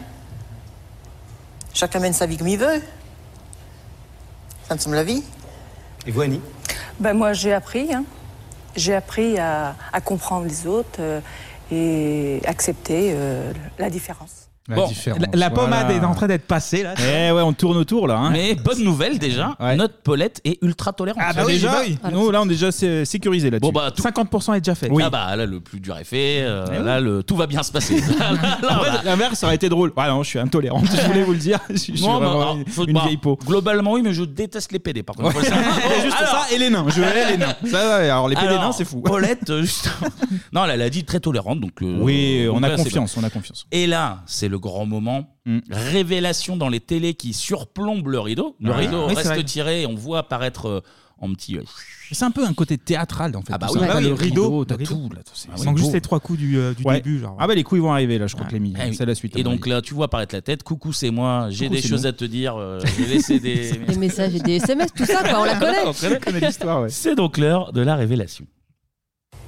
Chacun mène sa vie comme il veut. Ça me semble la vie.
Et vous, Annie
Ben, moi, j'ai appris. hein. J'ai appris à, à comprendre les autres euh, et accepter euh, la différence.
La
Bon,
différence,
la- la
voilà.
pommade est en train
d'être passée là.
Eh ouais, on tourne autour là. hein.
Mais bonne nouvelle déjà, notre Paulette est ultra tolérante.
Ah bah déjà, nous là on est déjà sé- sécurisé là-dessus.
bah,
50% est déjà fait.
Ah bah là, le plus dur est fait. euh,
Eh oui.
Là, le, tout va bien se passer. Là, là, là,
Après, L'inverse, ça aurait été drôle. Ah non, je suis intolérant, je voulais vous le dire. Je suis
Non, mais
vraiment
alors,
une-
faut-
une
bah,
vieille peau.
Globalement, oui, mais je déteste les PD par contre.
Ouais. Juste ça et les nains. Je hais les nains. Ça, ouais, alors, les PD nains, c'est fou.
Paulette, euh, justement. Non, elle, elle a dit très tolérante. Donc, euh,
Oui,
donc
on a
là, c'est
confiance, Mm.
bon.
on a confiance.
Et là, c'est le grand moment. Révélation dans les télés qui surplombent le rideau. Le
Ouais.
rideau
Oui, c'est vrai.
reste tiré et on voit apparaître euh, en petit. euh,
C'est un peu un côté théâtral en fait.
Ah bah
tout
oui,
ça.
bah
T'as
oui,
le
le
rideau,
rideau,
t'as
le
tout.
rideau.
là, tout ça.
Ah
Il
oui,
manque
beau.
juste les trois coups du, euh, du
Ouais.
début. Genre.
Ah bah les coups ils vont arriver là, je crois que les
Ah oui.
C'est la suite. hein. à
Et
mon
donc là, tu vois apparaître la tête. Coucou, c'est moi. J'ai
Coucou,
des
c'est
choses
nous.
à te dire. euh, J'ai laissé des.
Des messages et des SMS, tout ça, quoi, on la
Ah,
connaît.
C'est donc l'heure de la révélation.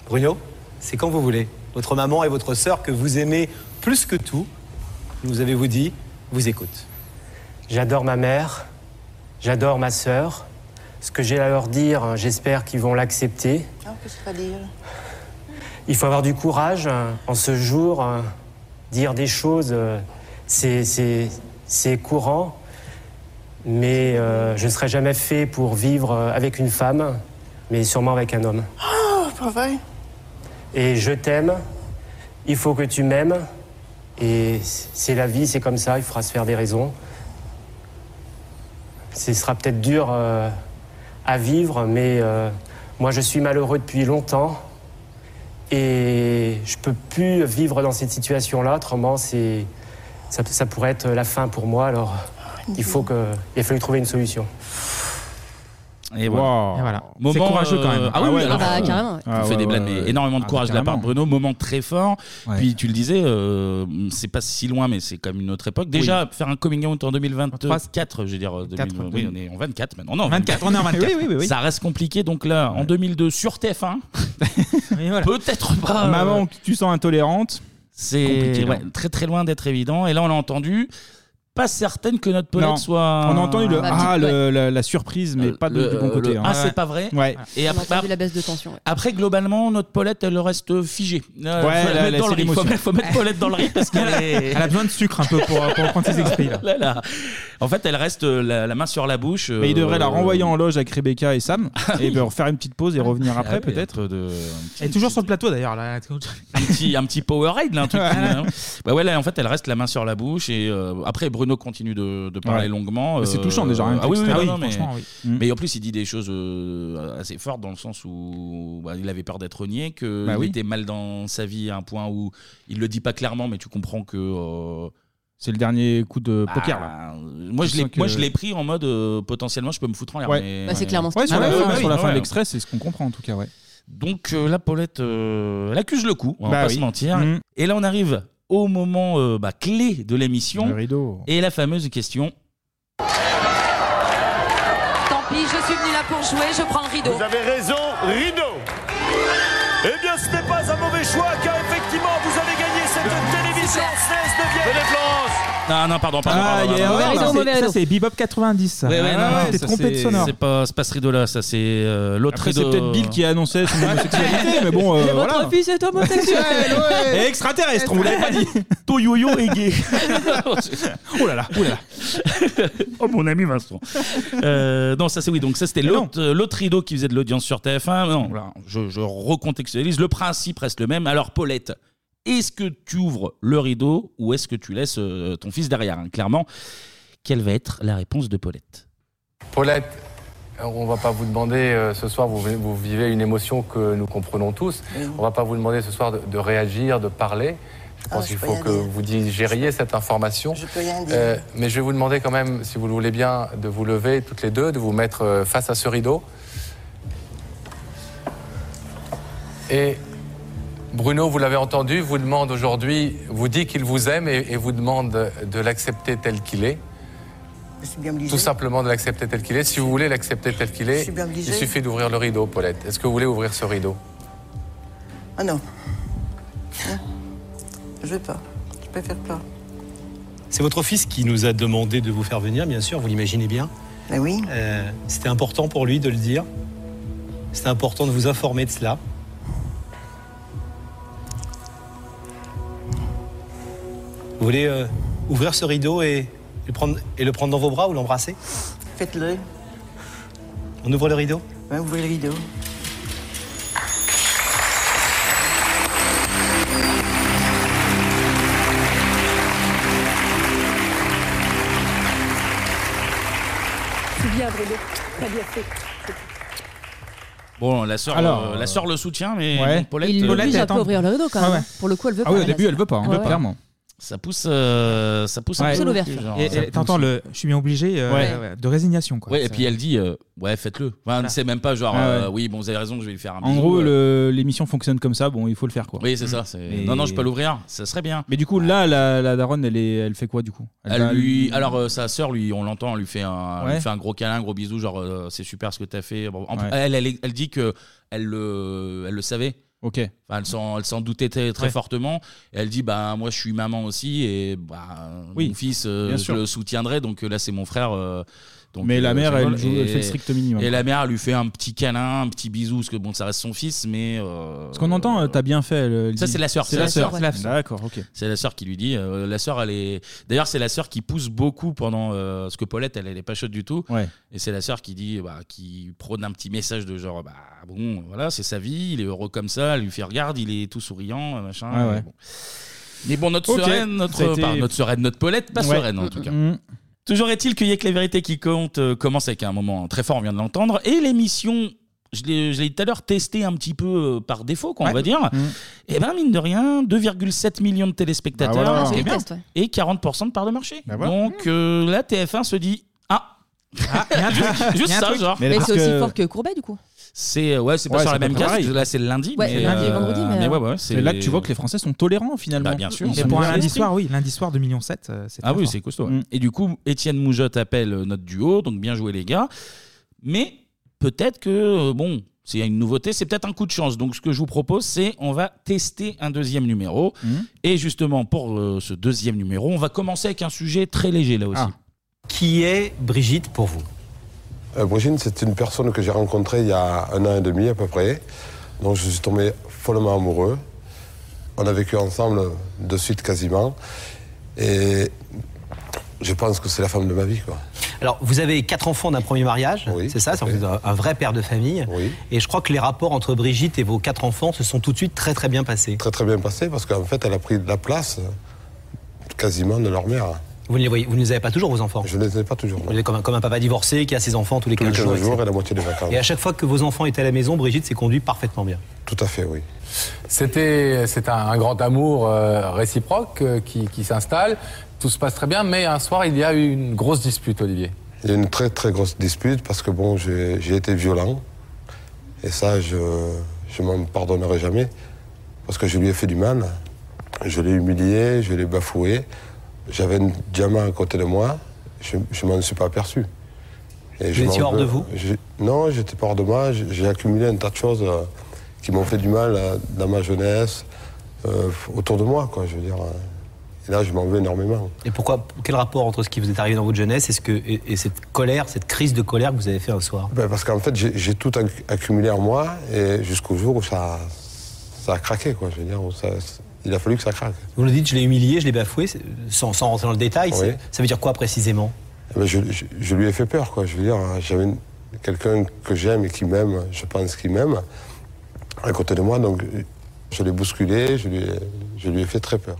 Bruno, c'est quand vous voulez. Votre maman et votre sœur que vous aimez plus que tout, nous avez-vous dit, vous écoute.
J'adore ma mère, j'adore ma sœur. Ce que j'ai à leur dire, hein, j'espère qu'ils vont l'accepter.
Ah, qu'est-ce que ça veut dire
Il faut avoir du courage hein, en ce jour, hein, dire des choses, euh, c'est- c'est c'est courant, mais euh, je ne serais jamais fait pour vivre euh, avec une femme, mais sûrement avec un homme.
Oh, pas vrai.
Et je t'aime, il faut que tu m'aimes, et c'est la vie, c'est comme ça, il faudra se faire des raisons. Ce sera peut-être dur euh, à vivre, mais euh, moi je suis malheureux depuis longtemps et je peux plus vivre dans cette situation-là. Autrement, c'est ça, ça pourrait être la fin pour moi. Alors, il faut que il a fallu trouver une solution.
Et voilà.
Et voilà. C'est courageux quand même.
Ah oui,
Ah
oui,
ouais,
alors,
bah,
euh,
carrément, ouais.
on
Ah
fait
ouais,
des
ouais,
blagues,
ouais.
mais énormément de
Ah,
courage de la part de
carrément.
Bruno, moment très fort. Puis tu le disais, euh, c'est pas si loin, mais c'est quand même une autre époque. Déjà, faire un coming out en 2024, je veux dire, euh, 2000, oui, on est en 24 maintenant. Non,
24, on est en 24. Oui, oui, oui, oui.
Ça reste compliqué, donc là, en 2002, sur TF1, peut-être pas. euh,
Maman, que tu sens intolérante.
c'est
compliqué,
ouais,
non.
très très loin d'être évident. Et là, on l'a entendu. Pas certaine que notre Paulette
Non.
soit.
On a entendu le ah, le- la, la surprise, mais
Euh,
pas de-
le-
du bon côté.
le
hein.
ah, c'est pas vrai.
Ouais.
Et après, la baisse de tension. Après, globalement, notre Paulette, elle reste figée. Euh,
Ouais,
faut la
là, là, c'est
mettre dans le riz. Faut,
l'émotion.
mettre- faut mettre Paulette dans le riz parce qu'elle est-
Elle a besoin de sucre un peu pour,
euh,
pour prendre ses esprits. là.
Là, là. En fait, elle reste euh, la, la main sur la bouche. euh,
Mais il devrait la renvoyer
en
en loge avec Rebecca et Sam
Ah
et ben, faire une petite pause et revenir après
oui,
peut-être. euh,
euh,
Elle est toujours sur le plateau d'ailleurs. là.
un petit, un petit Powerade, là, un truc. hein. Bah ouais, là, en fait, elle reste la main sur la bouche. Et euh, après, Bruno continue de, de parler
Ouais.
longuement.
Mais c'est touchant, déjà, rien que
Ah oui, oui,
l'extérieur.
non,
Ah oui,
non, mais,
franchement, oui.
mais en plus, il dit des choses euh, assez fortes dans le sens où bah, il avait peur d'être nié, qu'il
Bah oui.
était mal dans sa vie à un point où il le dit pas clairement, mais tu comprends que. euh,
C'est le dernier coup de
bah,
poker là.
Moi, je l'ai, moi, je l'ai pris en mode euh, potentiellement, je peux me foutre en l'air.
Ouais.
mais- Ah
Bah, c'est
ouais.
clairement ce Ouais, qu'il sur dit. la fin- sur la fin de l'extrait, c'est ce qu'on comprend, en tout cas, ouais.
Donc euh, là, Paulette, euh, elle accuse le coup, on va
Bah
pas
oui.
se mentir.
Mhm.
Et là, on arrive au moment euh, bah, clé de l'émission.
Le rideau.
Et la fameuse question.
Tant pis, je suis venu là pour jouer, je prends le rideau.
Vous avez raison, rideau. Eh bien, ce n'est pas un mauvais choix, car effectivement, vous avez gagné cette télévision française de Vienne.
Non, non, pardon, pardon.
Ah,
pardon,
il y a
pardon,
erreur,
pardon,
là.
pardon.
Ça, c'est- ça, c'est Bebop 90. ça.
Ouais, ouais, non,
Ah,
non,
T'es
ça,
trompé de
c'est-
sonore.
C'est pas, c'est pas ce rideau-là, ça c'est euh, l'autre
Après, c'est
rideau.
peut-être Bill qui a annoncé son homosexualité, mais bon, euh, voilà.
fils est homosexuel.
Et extraterrestre, on vous l'avait pas dit. Ton yo-yo est gay.
oh là là, oh là là. oh mon ami Vincent. Euh, non, ça c'est oui. Donc ça c'était l'autre euh, l'autre rideau qui faisait de l'audience sur TF1. Non, là, je, je recontextualise. Le principe reste le même. Alors Paulette, est-ce que tu ouvres le rideau ou est-ce que tu laisses euh, ton fils derrière hein Clairement, quelle va être la réponse de Paulette
Paulette, on va pas vous demander euh, ce soir, vous, vous vivez une émotion que nous comprenons tous. On va pas vous demander ce soir de, de réagir, de parler. Je
Ah,
pense qu'il faut que vous digériez cette information. Je
peux rien dire.
mais je vais vous demander quand même, si vous le voulez bien, de vous lever toutes les deux, de vous mettre euh, face à ce rideau. Et Bruno, vous l'avez entendu, vous demande aujourd'hui, vous dit qu'il vous aime et, et vous demande de l'accepter tel qu'il est. Tout simplement de l'accepter tel qu'il est. Si vous voulez l'accepter tel qu'il est,
bien obligée.
il suffit d'ouvrir le rideau, Paulette. Est-ce que vous voulez ouvrir ce rideau
Ah non. Non. Hein? Je vais pas. Je préfère pas.
C'est votre fils qui nous a demandé de vous faire venir, bien sûr, vous l'imaginez bien.
Ben
Euh,
oui.
C'était important pour lui de le dire. C'était important de vous informer de cela. Vous voulez euh, ouvrir ce rideau et le, prendre, et le prendre dans vos bras ou l'embrasser
Faites-le.
On ouvre le rideau
Ouais, Ben, ouvrez le rideau.
C'est bien, Bruno. T'as bien fait.
Bon, la sœur,
Alors,
euh, la sœur le soutient, mais
ouais.
bon, Paulette,
Il
euh,
l'oblige à pas ouvrir le rideau quand
Ah
même. Pour le coup, elle veut pas. hein,
hein.
Ouais, ouais.
Ça pousse, euh, ça pousse
Ouais.
un peu
Pousse
le
l'ouverture.
cul, genre.
Et-
Ça
et T'entends
pousse.
le. Je suis bien obligé euh,
Ouais.
ouais, de résignation quoi.
Ouais, et puis elle dit, euh, ouais, faites-le. Enfin,
Voilà.
c'est même pas genre,
Ah ouais.
euh, oui, bon, vous avez raison, je vais lui faire un
En
bisou,
gros,
euh.
le- l'émission fonctionne comme ça, bon, il faut le faire quoi.
Oui, c'est ça. c'est-
Mais-
Non, non, je peux l'ouvrir, ça serait bien.
Mais du coup, là, la, la daronne, elle, est, elle fait quoi du coup
Elle
va-
lui, alors euh, sa sœur, lui, on l'entend, elle lui fait un, elle
Ouais.
lui fait un gros câlin, un gros bisou, genre euh, c'est super ce que t'as fait. Bon, en plus,
Ouais.
elle, elle, elle dit que elle le, elle le savait.
Ok.
Enfin, elle s'en, elle s'en doutait très, très
Ouais.
fortement. Et elle dit, bah moi je suis maman aussi et bah
Oui,
mon fils, euh,
bien
je
sûr.
le soutiendrai. Donc euh, là c'est mon frère. euh, donc,
Mais la
euh,
mère,
c'est
elle
bon.
joue- elle fait le strict minimum.
Et la mère elle lui fait un petit câlin, un petit bisou, parce que bon ça reste son fils, mais euh,
Ce qu'on entend, euh, t'as bien fait. elle, elle
ça,
dit.
c'est la sœur.
C'est la sœur.
ouais.
D'accord, ok.
C'est la sœur qui lui dit. euh, la sœur, elle est. D'ailleurs, c'est la sœur qui pousse beaucoup pendant. euh, parce que Paulette, elle, elle est pas chaude du tout.
Ouais.
Et c'est la sœur qui dit, bah, qui prône un petit message de genre, bah bon, voilà, c'est sa vie, il est heureux comme ça. Elle lui fait regarde, il est tout souriant, euh, machin.
Ah Ouais, ouais.
Mais bon, notre
Ok,
sereine,
ça a
notre,
été-
pardon, notre sereine, notre Paulette, pas
Ouais.
sereine en tout cas.
Mm.
Toujours est-il qu'il y a que les vérités qui comptent euh, commence avec un moment très fort, on vient de l'entendre. Et l'émission, je l'ai je l'ai tout à l'heure testée un petit peu euh, par défaut, quoi, on
Ouais.
va dire.
Mm.
Et ben mine de rien, 2,7 millions de téléspectateurs,
Bah voilà.
ce qui est
Ah,
bien.
c'est le
et 40% de part de marché.
voilà.
Mm.
Donc euh, là, TF1 se dit Ah, juste, juste
Il y a un
ça,
truc.
genre.
Mais c'est aussi fort que Courbet, du coup.
C'est ouais, c'est pas
Ouais,
sur
c'est
la
pas
même case.
pareil.
Là, c'est le lundi.
Ouais,
mais,
c'est lundi et vendredi, mais,
ouais,
euh,
ouais,
C'est là que tu vois que les Français sont tolérants finalement.
Bah, bien sûr.
Mais pour un lundi soir, oui, lundi soir 2,7 millions, c'est
Ah
très
oui,
fort.
c'est costaud. ouais.
Mm.
Et du coup, Étienne Moujotte appelle euh, notre duo, donc bien joué les gars. Mais peut-être que, euh, bon, c'est une nouveauté, c'est peut-être un coup de chance. Donc ce que je vous propose, c'est on va tester un deuxième numéro.
Mm.
Et justement, pour euh, ce deuxième numéro, on va commencer avec un sujet très léger là aussi.
Ah. Qui est Brigitte pour vous Brigitte, Euh, c'est une personne que j'ai rencontrée il y a un an et demi à peu près. Donc je suis tombé follement amoureux. On a vécu ensemble de suite quasiment. Et je pense que c'est la femme de ma vie. Quoi.
Alors, vous avez quatre enfants d'un premier mariage, c'est ça, c'est un, un vrai père de famille. Et je crois que les rapports entre Brigitte et vos quatre enfants se sont tout de suite très très bien passés.
Très très bien passé parce qu'en fait elle a pris de la place quasiment de leur mère.
Vous ne les voyez, vous ne les avez pas toujours vos enfants.
Je ne les ai pas toujours.
Vous êtes comme un, comme un papa divorcé qui a ses enfants tous les
Tous
15,
les 15 jours
etc.
et la moitié des vacances.
Et à chaque fois que vos enfants étaient à la maison, Brigitte s'est conduite parfaitement bien.
Tout à fait, oui.
C'était, c'est un, un grand amour euh, réciproque euh, qui, qui s'installe. Tout se passe très bien, mais un soir, il y a eu une grosse dispute, Olivier.
Il y a une très très grosse dispute parce que bon, j'ai j'ai été violent. Et ça, je ne m'en pardonnerai jamais. Parce que je lui ai fait du mal. Je l'ai humilié, je l'ai bafoué. J'avais un diamant à côté de moi. Je ne m'en suis pas aperçu. Et je
Vous
m'en
étiez hors
veux.
de vous
Je- Non, j'étais pas hors de moi. J'ai j'ai accumulé un tas de choses euh, qui m'ont fait du mal euh, dans ma jeunesse, euh, autour de moi, quoi, je veux dire. euh. Et là, je m'en veux énormément.
Et pourquoi Quel rapport entre ce qui vous est arrivé dans votre jeunesse et, ce que, et, et cette colère, cette crise de colère que vous avez fait un soir
Ben, parce qu'en fait, j'ai j'ai tout acc- accumulé en moi et jusqu'au jour où ça, ça a craqué, quoi. Je veux dire, où ça- il a fallu que ça craque.
Vous nous dites, je l'ai humilié, je l'ai bafoué, c'est- sans, sans rentrer dans le détail.
Oui.
c'est- Ça veut dire quoi précisément
Eh ben, je, je- je lui ai fait peur, quoi. Je veux dire, hein, j'avais une- quelqu'un que j'aime et qui m'aime, je pense qu'il m'aime, à côté de moi, donc je l'ai bousculé, je lui ai, je lui ai fait très peur.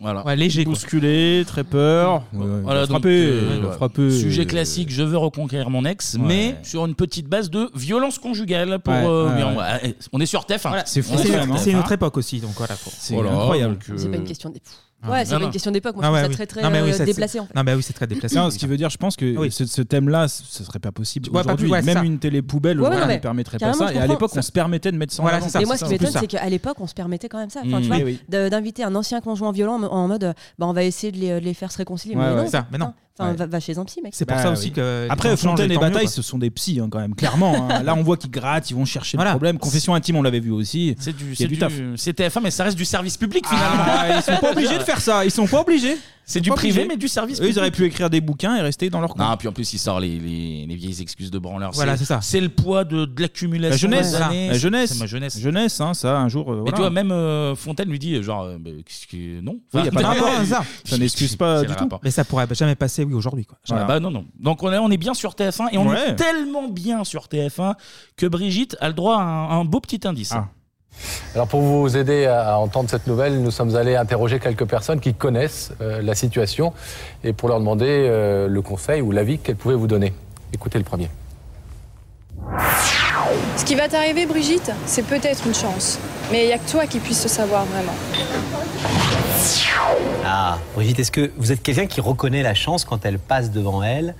Voilà.
léger. Bousculé, très peur.
Voilà, donc,
frappé.
euh,
il a
ouais.
frappé.
Sujet classique, je veux reconquérir mon ex, mais sur une petite base de violence conjugale. Pour,
Ouais,
euh,
ouais,
bien,
ouais.
ouais, On est sur TF1.
Voilà, c'est fou,
On est
c'est-
sur hein. TF1.
c'est une autre époque aussi, donc voilà, quoi. C'est
Voilà,
incroyable.
donc, euh,
C'est pas une question d'époque.
Ah.
Ouais, c'est pas une question d'époque. Moi, je
Ah
trouve
ouais,
ça
oui.
très, très
Non, mais oui,
euh,
ça, c'est-
déplacé, en fait.
Non, mais oui, c'est très déplacé.
Non, ce qui veut dire, je pense que
Oui.
ce, ce thème-là, ce ce serait pas possible.
Tu vois, pas
Aujourd'hui,
plus, ouais,
même
ça.
une télé poubelle
Ouais, ouais, non,
ne
mais
permettrait pas
carrément,
ça.
je
Et à
comprends.
l'époque, on se permettait de mettre ça.
Voilà,
en
c'est
avant.
ça,
Et moi, ce qui m'étonne, c'est qu'à l'époque, on se permettait quand même ça. Enfin, tu
Mm.
vois,
Oui, oui.
de- d'inviter un ancien conjoint violent en- en mode, euh, bah, on va essayer de les, euh, de les faire se réconcilier.
Ouais,
mais,
ouais.
non,
Ça, mais non.
Enfin,
Ouais.
va, va chez un psy, mec.
Bah oui. Après, Fontaine et Bataille, ce sont des psys, hein, quand même, clairement. hein. Là, on voit qu'ils grattent, ils vont chercher
Voilà.
le problème. Confession intime, on l'avait vu aussi.
C'est du,
Il y a
c'est
du
du- euh,
taf.
c'est TF1, mais ça reste du service public finalement.
Ah, ils sont pas obligés de faire ça. Ils sont pas obligés.
C'est
Ils sont
du
pas
privé,
obligés.
mais du service
Eux, Ils
public.
auraient pu écrire des bouquins et rester dans leur coin.
Non, puis en plus, il sort les, les, les vieilles excuses de branleur.
Voilà, c'est ça.
C'est le poids de, de l'accumulation.
La jeunesse,
des
ça.
années.
La jeunesse.
C'est ma jeunesse.
Jeunesse, hein, ça, un jour. euh,
Mais
voilà.
tu vois, même euh, Fontaine lui dit, genre, euh, bah, qu'est-ce que- non.
Oui, y a pas de rapport, hein, ça.
Ça n'excuse pas du tout.
Mais ça pourrait jamais passer, oui, aujourd'hui. quoi.
Voilà. Bah non, non. Donc on est, on est bien sur TF1 et on
Ouais.
est tellement bien sur TF1 que Brigitte a le droit à un, un beau petit indice.
Ah.
Alors pour vous aider à à entendre cette nouvelle, nous sommes allés interroger quelques personnes qui connaissent euh, la situation et pour leur demander euh, le conseil ou l'avis qu'elles pouvaient vous donner. Écoutez le premier.
Ce qui va t'arriver, Brigitte, c'est peut-être une chance. Mais il n'y a que toi qui puisse le savoir vraiment.
Ah, Brigitte, est-ce que vous êtes quelqu'un qui reconnaît la chance quand elle passe devant elle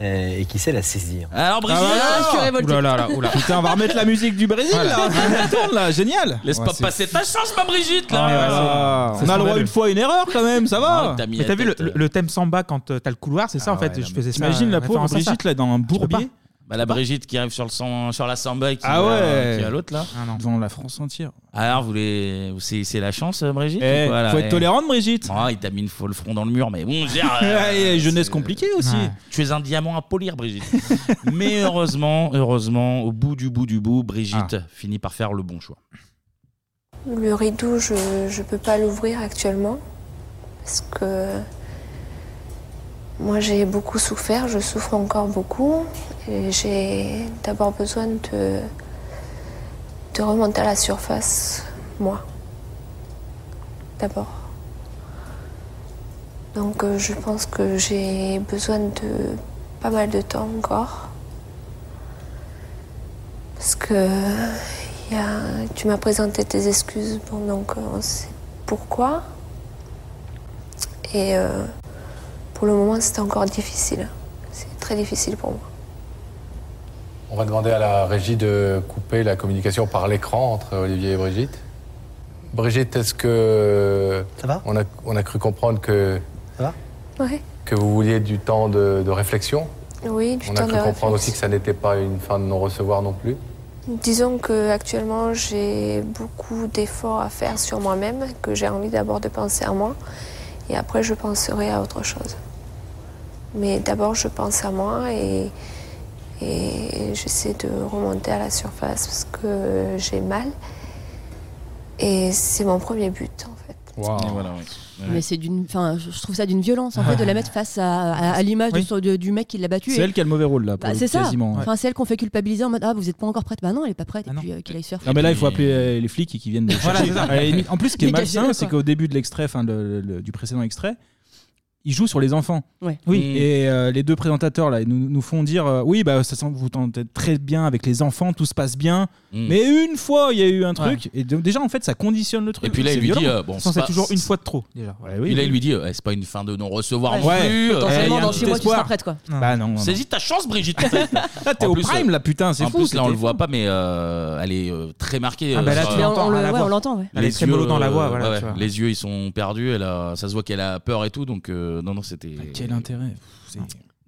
euh, et qui sait la saisir
Alors
Brigitte, Ah, voilà. je suis révoltée. Oula, là, là, oula. Putain, on va remettre la musique du Brésil, là. Tourne, là, génial.
Laisse
Ouais,
pas
c'est-
passer ta chance, ma Brigitte là.
Ah,
C'est
on a le
scandaleux.
droit une fois une erreur quand même, ça va.
Mais t'as vu le, le- le thème samba quand euh, t'as le couloir, c'est ça en fait. je faisais ça.
T'imagines la
euh,
pauvre
référence à ça.
Brigitte là dans un bourbier
Bah, la Brigitte qui arrive sur, le sang- sur la samba et qui
Ah
va-
ouais.
euh, qui va à l'autre là.
Ah
Devant la France entière.
Alors, vous les... vous- c'est c'est la chance, euh, Brigitte
Eh,
ou quoi, là
faut être
Eh.
tolérante, Brigitte.
Ah, il t'a mis une fois le front dans le mur, mais bon, gère.
Ouais, et jeunesse compliquée aussi. Ouais.
Tu es un diamant à polir, Brigitte. mais heureusement, heureusement, au bout du bout du bout, Brigitte finit par faire le bon choix.
Le rideau, je ne peux pas l'ouvrir actuellement parce que moi j'ai beaucoup souffert, je souffre encore beaucoup et j'ai d'abord besoin de, de remonter à la surface, moi. D'abord. Donc euh, je pense que j'ai besoin de pas mal de temps encore. Parce que il y a- tu m'as présenté tes excuses, bon, donc euh, on sait pourquoi. Et euh, pour le moment, c'est encore difficile. C'est très difficile pour moi.
On va demander à la régie de couper la communication par l'écran entre Olivier et Brigitte. Brigitte, est-ce que. on, a, on a cru comprendre que,
Ouais.
que vous vouliez du temps de, de réflexion
Oui, du
On
temps
a cru
de
comprendre aussi
réflexion.
que ça n'était pas une fin de non-recevoir non plus.
Disons que actuellement j'ai beaucoup d'efforts à faire sur moi-même, que j'ai envie d'abord de penser à moi et après je penserai à autre chose. Mais d'abord je pense à moi et, et j'essaie de remonter à la surface parce que j'ai mal. Et c'est mon premier but.
Et voilà, ouais. Ouais.
Mais c'est d'une, enfin, je je trouve ça d'une violence en fait de la mettre face à, à- à l'image
Oui.
de son- de- du mec qui l'a battu.
C'est elle qui a le mauvais rôle, là, pour
Bah,
le
c'est
coup,
ça.
quasiment. Ah
Enfin, c'est elle qu'on fait culpabiliser en mode ah vous n'êtes pas encore prête. Bah non, elle est pas prête. et puis euh, qu'il aille se faire.
Non mais là il faut
foutre.
appeler euh, les flics et qu'ils viennent nous
Voilà,
chercher.
c'est ça.
À la limite- En plus ce qui est
Dégagez-le,
malsain c'est
quoi.
qu'au début de l'extrait, enfin le- le- du précédent extrait, il joue sur les enfants.
Ouais.
Oui.
Mm.
Et euh, les deux présentateurs là ils nous, nous font dire euh, oui bah ça semble vous tentez très bien avec les enfants, tout se passe bien.
Hmm.
Mais une fois il y a eu un truc et de- déjà en fait ça conditionne le truc.
Et puis là, il
C'est
lui
violent.
dit. euh, bon,
Sans, c'est
pas-
toujours une
c'est-
fois de trop déjà. Ouais, oui.
Et là, il lui dit euh, eh, c'est pas une fin de non-recevoir non
Ouais.
plus. euh,
Potentiellement,
eh,
dans
un
six
petit
mois, tu seras
espoir.
prête, quoi.
Bah non. non.
Saisis ta chance, Brigitte. là,
t'es au prime, là, putain, c'est fou,
euh, En plus, là, on
c'était
le voit pas, mais euh, elle est euh, très marquée.
Ah, bah là,
sur,
tu l'entends,
on le- à la ouais, voix. on l'entend, ouais.
Elle est
Les
très
yeux,
mollo dans la voix,
euh,
voilà,
ouais,
tu vois.
Les yeux, ils sont perdus. Elle a- ça se voit qu'elle a peur et tout. Donc, euh, non, non, c'était.
Ah, Quel intérêt. Pff, c'est-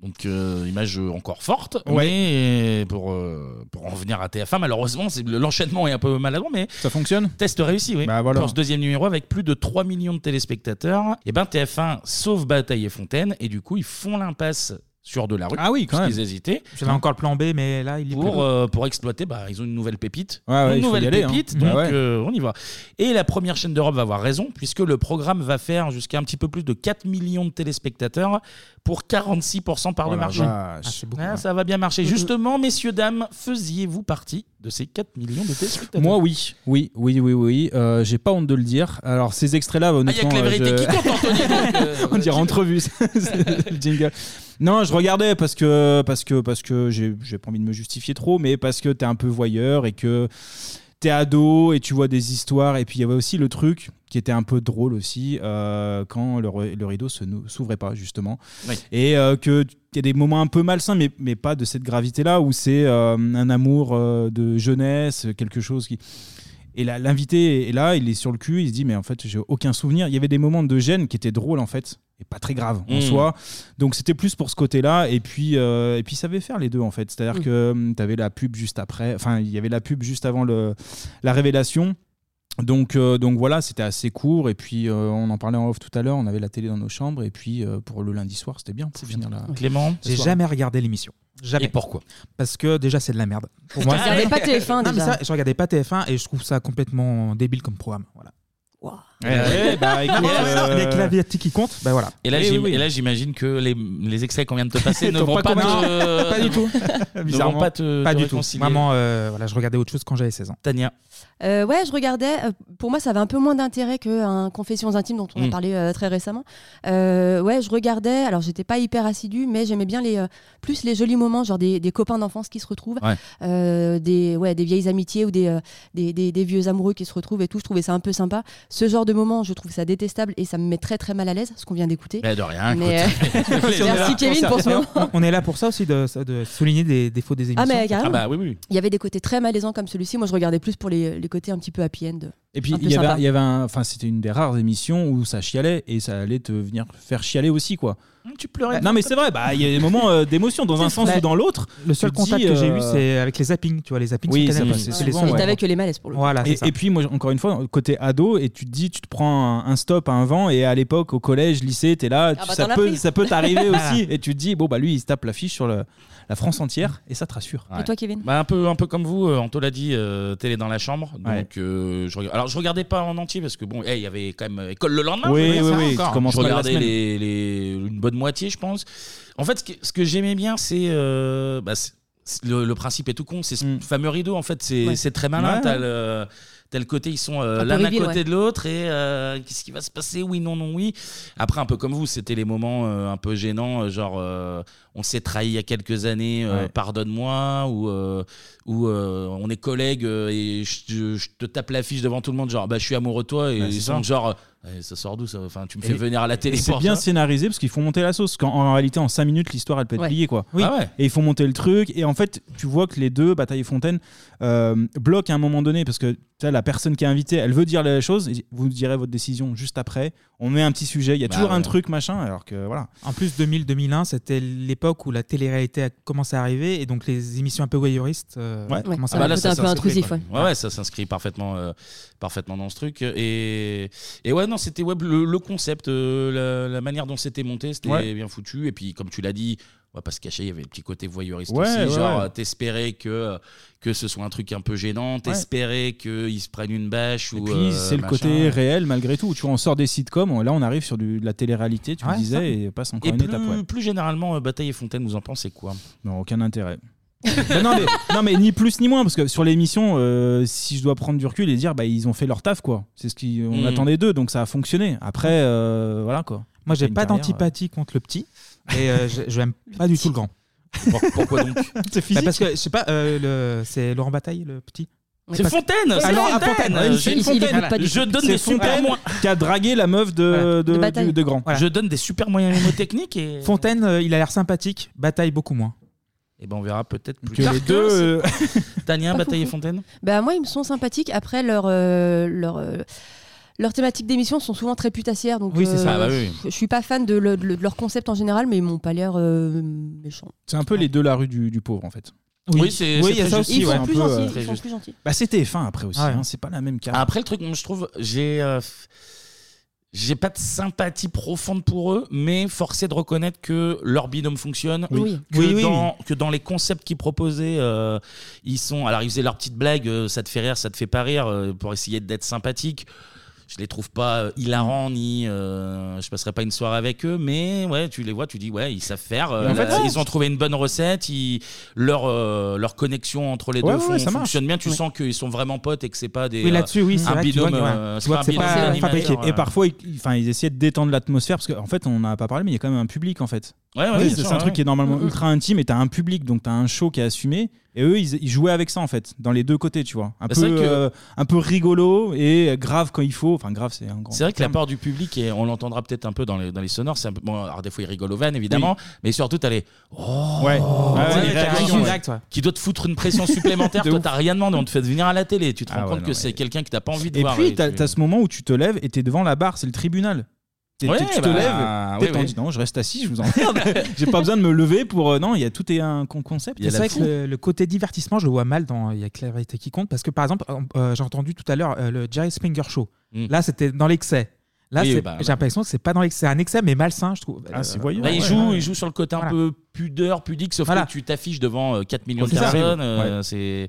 Donc, euh, image encore forte.
Ouais.
Mais pour, euh, pour en venir à TF1, malheureusement, c'est- l'enchaînement est un peu maladroit, mais.
Ça fonctionne Bah,
Test réussi, oui.
voilà.
Pour ce deuxième numéro, avec plus de 3 millions de téléspectateurs, et ben TF1 sauve Bataille et Fontaine, et du coup, ils font l'impasse sur de la rue.
Ah oui, quand
Ils
même.
hésitaient.
J'avais encore le plan B, mais là, il est plus
Pour,
là.
euh, pour exploiter, bah, ils ont une nouvelle pépite.
Ouais, ouais, il
une
faut y
nouvelle
aller, hein.
pépite,
Bah
donc
ouais.
euh, on y va. Et la première chaîne d'Europe va avoir raison, puisque le programme va faire jusqu'à un petit peu plus de 4 millions de téléspectateurs pour 46% par
Oh
le
la
marché.
vache. Ah, c'est beaucoup,
Ah,
ouais.
Ça va bien marcher. Justement, messieurs, dames, faisiez-vous partie de ces 4 millions de téléspectateurs
Moi, oui. Oui, oui, oui, oui. Euh, J'ai pas honte de le dire. Alors, ces extraits-là,
Il n'y Ah, a
honnêtement.
que la
euh,
vérité
je-
qui compte, Anthony. donc, euh,
On dirait entrevue, c'est le jingle. Non, je regardais parce que parce que parce que j'ai j'ai pas envie de me justifier trop, mais parce que t'es un peu voyeur et que t'es ado et tu vois des histoires. Et puis il y avait aussi le truc qui était un peu drôle aussi euh, quand le, re- le rideau se nou- s'ouvrait pas justement
Oui.
et euh, que tu- il y a des moments un peu malsains, mais mais pas de cette gravité là où c'est euh, un amour euh, de jeunesse, quelque chose qui et là, l'invité est là, il est sur le cul, il se dit mais en fait j'ai aucun souvenir. Il y avait des moments de gêne qui étaient drôles en fait et pas très graves en
Mm.
soi. Donc c'était plus pour ce côté-là et puis euh, et puis ça savait faire les deux en fait. C'est-à-dire
Mm.
que tu avais la pub juste après, enfin il y avait la pub juste avant le la révélation. Donc, euh, donc voilà, c'était assez court. Et puis, euh, on en parlait en off tout à l'heure. On avait la télé dans nos chambres. Et puis, euh, pour le lundi soir, c'était bien. Pour finir la...
Clément
la
J'ai
soirée.
jamais regardé l'émission. Jamais. Et
pourquoi
Parce que déjà, c'est de la merde. Pour moi,
Tu regardais pas TF1
Non, mais
déjà.
ça, je regardais pas TF1 et je trouve ça complètement débile comme programme. Voilà.
Eh, bah, écoute, euh,
ben, Les claviatiques qui comptent, bah voilà.
Et là,
Oui,
j'im-
oui, oui.
et là, j'imagine que les, les extraits qu'on vient de te passer ne
T'ont
vont
pas
pas,
compris.
te-
Pas du tout.
ne vont
Bizarrement.
pas te, te
du tout.
réconcilier.
Vraiment, euh, voilà, je regardais autre chose quand j'avais 16 ans.
Tania.
Euh, ouais, je regardais. Euh, Pour moi, ça avait un peu moins d'intérêt qu'un Confessions intimes dont on
Mm.
a parlé euh, très récemment. Euh, ouais, je regardais. Alors, j'étais pas hyper assidue, mais j'aimais bien les euh, plus les jolis moments, genre des, des copains d'enfance qui se retrouvent,
Ouais.
euh, des ouais des vieilles amitiés ou des, euh, des, des- des vieux amoureux qui se retrouvent et tout. Je trouvais ça un peu sympa. Ce genre de moment, je trouve ça détestable et ça me met très très mal à l'aise, ce qu'on vient d'écouter.
Bah, de rien,
Mais,
écoute.
euh, Merci Kevin pour ce moment.
On- On est là pour ça aussi, de, de souligner des défauts des émissions.
Ah, mais carrément.
bah
bah oui.
Il y avait des côtés très malaisants comme celui-ci. Moi, je regardais plus pour les, les côtés un petit peu happy end.
Et puis
Un peu
il y avait,
sympa.
il y avait un- enfin c'était une des rares émissions où ça chialait et ça allait te venir faire chialer aussi quoi.
Tu pleurais.
Non mais c'est vrai, bah il y a des moments euh, d'émotion dans un sens
Bah,
ou dans l'autre.
Le seul
Tu te dis,
contact que j'ai eu,
euh,
c'est avec les zappings. Tu vois, les zappings
oui,
sur
ça
Canal+.
passe
C'est les
souvent,
seuls
ouais.
moments.
avec les malaises pour le coup.
Voilà,
et,
c'est ça.
et puis moi encore une fois côté ado et tu te dis tu te prends un, un stop à un vent et à l'époque au collège lycée t'es là
Ah
tu-
bah,
ça,
t'en as
peut,
pris.
ça peut t'arriver
Voilà.
aussi et tu te dis bon bah lui il se tape l'affiche sur le- la France entière et ça te rassure.
Ouais.
toi, Kevin
bah, un, peu, un peu comme vous, euh, Anto l'a dit, euh, télé dans la chambre. Donc,
Ouais.
euh, je regard- Alors, je regardais pas en entier parce que, bon, eh, il y avait quand même école le lendemain.
Oui,
je veux
oui,
dire, ça,
oui,
encore.
tu commences
je
pas la
regardais
semaine.
les, les- une bonne moitié, je pense. En fait, ce que, ce que j'aimais bien, c'est. euh, bah, c'est- c'est- le, le principe est tout con, c'est ce fameux rideau, en fait, c'est
Mm. Ouais.
c'est très malin.
Ouais,
T'as
ouais.
le- tel côté, ils sont euh,
Un peu
l'un à
reveal,
côté
ouais.
de l'autre et euh, qu'est-ce qui va se passer Oui, non, non, oui. Après, un peu comme vous, c'était les moments euh, un peu gênants, euh, genre euh, on s'est trahi il y a quelques années, euh,
Ouais.
pardonne-moi, ou, euh, ou euh, on est collègues euh, et je, te- je te tape l'affiche devant tout le monde, genre bah, je suis amoureux de toi, et
Ouais, c'est
ils
ça.
sont genre euh, Eh, ça sort d'où ça Enfin, tu me fais
Et-
venir à la télé
et C'est
pour
bien
ça
scénarisé parce qu'ils font monter la sauce. Quand, en réalité, en 5 minutes, l'histoire elle peut être
Ouais.
pliée quoi.
Oui. Ah ouais.
Et ils font monter le truc. Et en fait, tu vois que les deux, Bataille et Fontaine, euh, bloquent à un moment donné parce que tu sais, la personne qui est invitée, elle veut dire les choses. et Vous direz votre décision juste après. On met un petit sujet. Il y a
Bah
toujours un
ouais.
truc machin. Alors que voilà.
En plus, 2000-2001, c'était l'époque où la télé-réalité a commencé à arriver et donc les émissions un peu voyeuristes euh, commençaient
Ah
à
bah là,
arriver.
ça s'inscrit, quoi. Ouais, ouais, ça s'inscrit parfaitement, euh, parfaitement dans ce truc. Et, et ouais, non, c'était web le, le concept, euh, la, la manière dont c'était monté, c'était
Ouais.
bien foutu. Et puis, comme tu l'as dit, on va pas se cacher, il y avait le petit côté voyeuriste
Ouais,
aussi.
ouais,
genre,
ouais.
euh, t'espérais que, que ce soit un truc un peu gênant, t'espérais qu'ils se prennent une bâche.
Et
ou,
puis
euh,
c'est le
machin.
côté réel malgré tout. Tu vois, on sort des sitcoms, on- là on arrive sur du- de la télé-réalité, tu
Ouais,
me disais,
ça.
et passe encore
Et
une
plus,
étape. Ouais.
plus généralement, euh, Bataille et Fontaine, vous en pensez quoi
Non, aucun intérêt. Ben non, mais, non, mais ni plus ni moins, parce que sur l'émission, euh, si je dois prendre du recul et dire, bah, ils ont fait leur taf, quoi. C'est ce qu'on
Mm.
attendait d'eux, donc ça a fonctionné. Après, euh, voilà quoi.
Moi, j'ai
Une
pas
carrière,
d'antipathie contre le petit et euh, je, je l'aime pas du tout le grand.
Pourquoi donc
C'est physique.
Parce que je sais pas, euh, le- c'est Laurent Bataille le petit.
C'est
Parce-
Fontaine, c'est
Ah, Laurent- ah,
Fontaine.
Fontaine,
Euh,
oui,
je-
c'est
il- il
Fontaine.
écoute pas du
Voilà.
tout. Je donne des super moyens.
qui a dragué la meuf de,
Voilà.
de,
De Bataille.
du- de Grand.
Voilà.
Je donne des super moyens mnémotechniques et.
Fontaine, euh, il a l'air sympathique, Bataille beaucoup moins.
Et ben on verra peut-être plus
Que
tard
les
que
deux,
c'est-
euh,
Tania,
Pas
Bataille et
foufou.
Fontaine
Bah moi, ils me sont sympathiques. Après, leur euh, leur euh, leurs thématiques d'émission sont souvent très putassières, donc
Oui, c'est ça. Ah bah
je-
oui.
Je suis pas fan de, le- de leur concept en général, mais ils m'ont pas l'air euh, méchants.
C'est un peu les deux la rue du, du pauvre en fait.
Oui, Oui, c'est- c'est
il y a
très
ça
juste.
aussi.
Ils sont
ouais, un
plus
peu,
gentils,
euh,
ils
très
sont
juste.
plus gentils.
Bah, c'était fin après aussi.
Ah ouais.
hein, c'est pas la même carte.
Après, le truc, moi, je trouve, j'ai. euh, J'ai pas de sympathie profonde pour eux, mais forcé de reconnaître que leur binôme fonctionne,
Oui.
Que,
Oui, oui,
dans, que dans les concepts qu'ils proposaient, euh, ils sont. Alors ils faisaient leurs petites blagues, euh, ça te fait rire, ça te fait pas rire, euh, pour essayer d'être sympathique. Je les trouve pas euh, hilarants ni euh, je passerai pas une soirée avec eux, mais ouais, tu les vois, tu dis ouais, ils savent faire. euh,
Mais en
là,
fait, ouais.
ils ont trouvé une bonne recette, ils, leur euh, leur connexion entre les
Ouais,
deux
ouais,
fon-
ouais, ça marche.
fonctionne bien. Tu
Oui.
sens qu'ils sont vraiment potes et que c'est pas des
Oui, là-dessus, oui, c'est
un
vrai, tu
binôme,
vois, ouais.
euh,
Tu
c'est
vois que
pas un
c'est
binôme
pas
d'animateurs,
fabriqué.
euh.
Et parfois, ils, ils- enfin, ils essayaient de détendre l'atmosphère parce qu'en fait, on n'a pas parlé, mais il y a quand même un public en fait.
Ouais, ouais,
Oui,
bien
c'est
sûr,
un
ouais.
truc qui est normalement
Mhm.
ultra intime et t'as un public, donc t'as un show qui est assumé. Et eux, ils, ils jouaient avec ça en fait, dans les deux côtés, tu vois. Un, peu,
Bah, c'est vrai que-
euh, un peu rigolo et grave quand il faut. Enfin, grave, c'est un grand.
C'est vrai que la part du public, et on l'entendra peut-être un peu dans les, dans les sonores, c'est un peu, bon, alors des fois ils rigolent aux vannes évidemment, mais surtout t'as les oh,
Ouais. Ouais,
tu sais,
ouais,
les
t'as
réactions,
raison,
ouais,
exact, ouais.
qui doit te foutre une pression supplémentaire.
De
Toi
ouf.
t'as rien demandé, on te fait venir à la télé, tu te rends
Ah ouais,
compte
non,
que c'est quelqu'un que t'as pas envie de
Et
voir.
puis,
tu-
t'as as ce moment où tu te lèves et t'es devant la barre, c'est le tribunal. T'es-
Ouais,
t'es- tu te
bah,
lèves, t'es
ouais,
tendu.
ouais.
non, je reste assis, je vous emmerde. J'ai pas besoin de me lever pour. euh, non, il y a tout est un con- concept.
C'est vrai que le, le côté divertissement, je le vois mal dans Il y a que la vérité qui compte. Parce que par exemple, euh, euh, j'ai entendu tout à l'heure euh, le Jerry Springer Show.
Mm.
Là, c'était dans l'excès. Là,
Oui,
c'est-
bah, ouais.
j'ai l'impression que c'est pas dans l'excès. C'est un excès, mais malsain, je trouve. Euh,
Ah, c'est
voyant.
Bah, il, joue, il joue sur le côté un peu pudeur, pudique, sauf
Voilà.
que tu t'affiches devant euh, 4 millions de
C'est ça.
personnes.
Ouais.
euh, c'est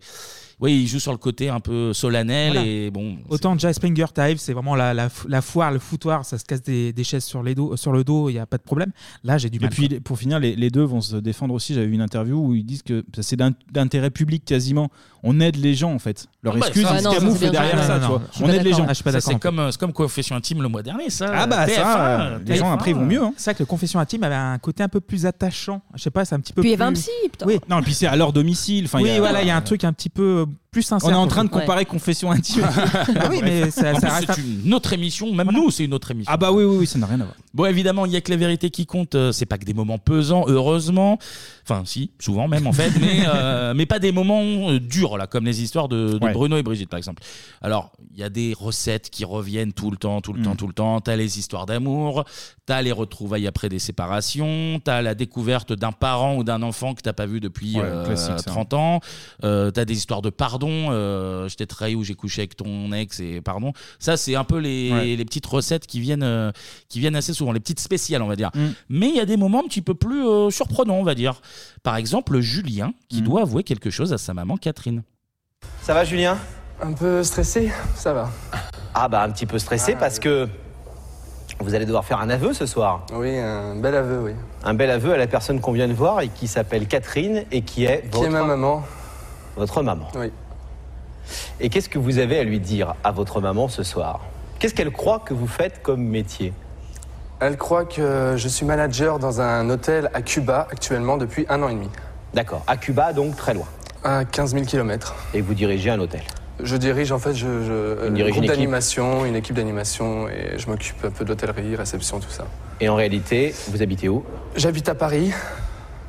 Oui, il joue sur le côté un peu solennel
Voilà.
et bon.
Autant Jazz Springer, t'arrives, c'est vraiment la, la, fo- la foire, le foutoir, ça se casse des, des chaises sur, les dos, sur le dos, il n'y a pas de problème. Là, j'ai du
Et
mal.
puis les- pour finir, les, les deux vont se défendre aussi. J'avais vu une interview où ils disent que ça, c'est d'in- d'intérêt public quasiment. On aide les gens en fait. Leur
Ah bah,
excuse,
ça,
ils se
non, ça, c'est
camouflent
bien
derrière
sûr.
ça.
Non,
tu
non,
vois.
je suis
On
pas
aide les
d'accord.
gens.
Ah, je suis pas d'accord. C'est comme, euh, c'est comme Confession Intime le mois dernier, ça.
Ah bah
TF1,
ça, euh, les gens
TF1,
après ils vont mieux. hein.
C'est vrai que le confession intime avait un côté un peu plus attachant. Je sais pas, c'est un petit peu
Puis
plus.
il y avait un psy,
putain. Oui,
Non, et puis c'est à leur domicile. Enfin,
oui voilà, il y a un truc un petit peu euh, plus sincère.
On est en
pour
train
le
de
coup.
comparer confession intime.
Ah oui, mais ça,
En
ça
plus,
reste.
c'est une autre émission, même nous, c'est une autre émission.
Ah bah oui, oui, oui, ça n'a rien à voir.
Bon, évidemment, il y a que la vérité qui compte. Euh, C'est pas que des moments pesants, heureusement. Enfin, si, souvent même en fait, mais, euh, mais pas des moments euh, durs là, comme les histoires de, de
Ouais.
Bruno et Brigitte par exemple. Alors, il y a des recettes qui reviennent tout le temps, tout le
Mm.
temps, tout le temps. T'as les histoires d'amour, t'as les retrouvailles après des séparations, t'as la découverte d'un parent ou d'un enfant que t'as pas vu depuis
Ouais,
euh,
classique, ça.
30 ans. Euh, t'as des histoires de pardon. euh, je t'ai trahi ou j'ai couché avec ton ex et pardon. Ça, c'est un peu les,
Ouais.
les petites recettes qui viennent, euh, qui viennent assez souvent, les petites spéciales, on va dire.
Mm.
Mais il y a des moments un petit peu plus euh, surprenants, on va dire. Par exemple, Julien
Mm.
qui doit avouer quelque chose à sa maman Catherine.
Ça va, Julien
Un peu stressé, ça va.
Ah bah un petit peu stressé parce que vous allez devoir faire un aveu ce soir.
Oui, un bel aveu, oui.
Un bel aveu à la personne qu'on vient de voir et qui s'appelle Catherine et qui est
Qui est ma maman
Votre maman.
Oui.
Et qu'est-ce que vous avez à lui dire à votre maman ce soir Qu'est-ce qu'elle croit que vous faites comme métier
Elle croit que je suis manager dans un hôtel à Cuba actuellement depuis un an et demi.
D'accord. À Cuba, donc très loin.
À 15 000 km.
Et vous dirigez un hôtel
Je dirige en fait je, je, euh, le
dirige
groupe
une équipe.
d'animation, une équipe d'animation et je m'occupe un peu d'hôtellerie, réception, tout ça.
Et en réalité, vous habitez où
J'habite à Paris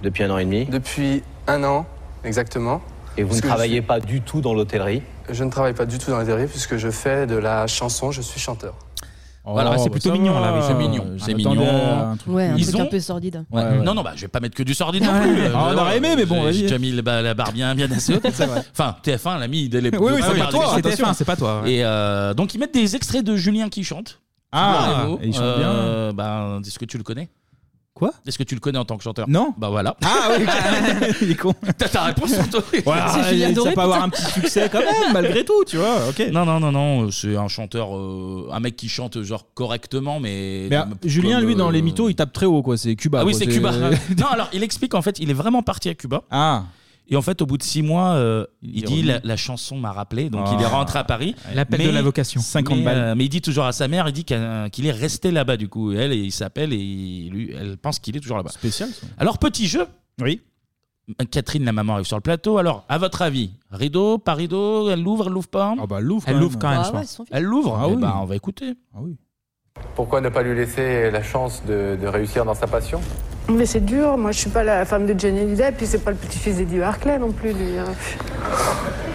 Depuis un an et demi
depuis un an exactement.
Et vous
Parce
ne
que je
travaillez
suis-
pas du tout dans l'hôtellerie
Je ne travaille pas du tout dans la théorie puisque je fais de la chanson, je suis chanteur.
Voilà, c'est plutôt mignon là, oui.
c'est mignon.
C'est
On
mignon. euh,
attendait un
Ouais, un
Ils
truc
ont-
un peu sordide.
Ouais.
Ouais, ouais.
Non, non, bah, je vais pas mettre que du sordide non
Ouais.
plus. euh,
Ah, on aurait aimé, mais bon,
J'ai
vas-y.
déjà mis le- bah, la barre bien, bien assez haute.
C'est vrai.
Enfin, TF1 l'a mis dès les
Oui, oui,
deux
c'est
premières
pas toi,
émissions.
attention, c'est pas toi, ouais.
Et euh, donc, ils mettent des extraits de Julien qui chante.
Ah,
Bravo.
et il chante
Euh, bah, Est-ce que tu le connais
Quoi
Est-ce que tu le connais en tant que chanteur
Non.
Bah voilà.
Ah oui, il est con.
T'as ta réponse sur toi.
Voilà, C'est Julien ça Doré, peut putain. avoir un petit succès quand même, malgré tout, tu vois. Ok.
Non, non, non, non. C'est un chanteur, euh, un mec qui chante genre correctement, mais.
Mais, ah,
comme-
Julien,
comme,
lui, dans
euh,
les mythos, il tape très haut, quoi. C'est Cuba.
Ah oui,
quoi.
c'est Cuba. non, alors il explique en fait, il est vraiment parti à Cuba.
Ah.
Et en fait, au bout de six mois, euh, il
est
dit
revenu.
la, la chanson m'a rappelé, donc
Ah.
il est rentré à Paris.
L'appel de
Mais-
la vocation.
mais,
50 balles.
euh, mais il dit toujours à sa mère, il dit qu'un- qu'il est resté là-bas du coup. Et elle, il s'appelle et il- lui, elle pense qu'il est toujours là-bas.
Spécial. Ça.
Alors petit jeu. Euh,
Oui.
Catherine, la maman, arrive sur le plateau. Alors, à votre avis, rideau, pas rideau, elle l'ouvre, elle l'ouvre pas
Ah bah, l'ouvre.
Elle
quand
l'ouvre
même.
quand même.
Ah
je
ouais,
crois.
ils sont fixes.
elle l'ouvre.
Ah
Eh
oui.
ben, on va écouter.
Pourquoi ne pas lui laisser la chance de, de réussir dans sa passion
Mais c'est dur, moi je suis pas la femme de Johnny Depp, puis c'est pas le petit-fils d'Eddie Barclay non plus, lui. hein.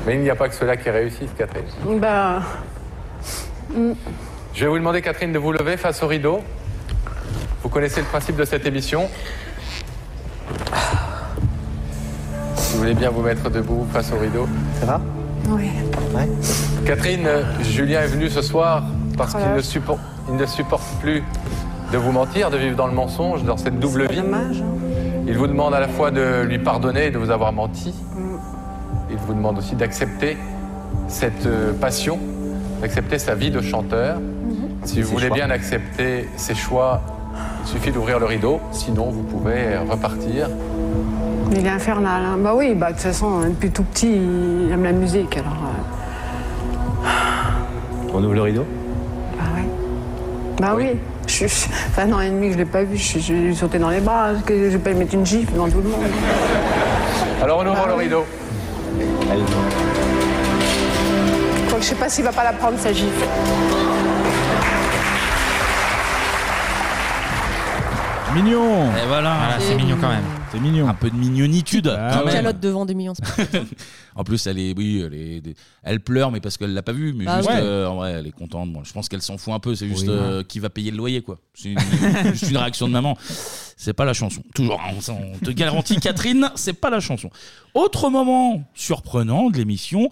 Mais il n'y a pas que cela qui réussissent, Catherine.
Bah. mm.
Je vais vous demander, Catherine, de vous lever face au rideau. Vous connaissez le principe de cette émission. Si vous voulez bien vous mettre debout face au rideau. Ça va
Oui.
Catherine, euh, Julien est venu ce soir parce qu'il ne, supporte, il ne supporte plus de vous mentir, de vivre dans le mensonge, dans cette double vie. Il vous demande à la fois de lui pardonner et de vous avoir menti. Il vous demande aussi d'accepter cette euh, passion, d'accepter sa vie de chanteur. Si vous
Ses
voulez
choix.
bien accepter ses choix, il suffit d'ouvrir le rideau. Sinon, vous pouvez euh, repartir.
Il est infernal. hein. Bah oui, bah de toute façon, depuis tout petit, il aime la musique, alors. euh,
On ouvre le rideau
Bah oui. Je suis... Enfin, un an et demi que je l'ai pas vu, je suis- je lui ai sauté dans les bras, parce que je vais pas lui mettre une gifle devant tout le monde.
Alors, on ouvre le rideau.
Quoique, je sais pas s'il va pas la prendre, sa gifle.
Mignon. Ah,
Et voilà.
c'est mignon quand
même.
C'est mignon. Un peu de mignonitude.
Ah
quand
Une
même.
calotte devant des millions.
En plus, elle est, oui, elle, est- elle pleure, mais parce qu'elle l'a pas vu. Mais
Bah
juste,
oui.
euh, en vrai, elle est contente. Bon, je pense qu'elle s'en fout un peu. C'est juste
Oui.
euh, qui va payer le loyer, quoi. C'est une, juste une réaction de maman. C'est pas la chanson. Toujours, hein, on, on te garantit, Catherine, c'est pas la chanson. Autre moment surprenant de l'émission,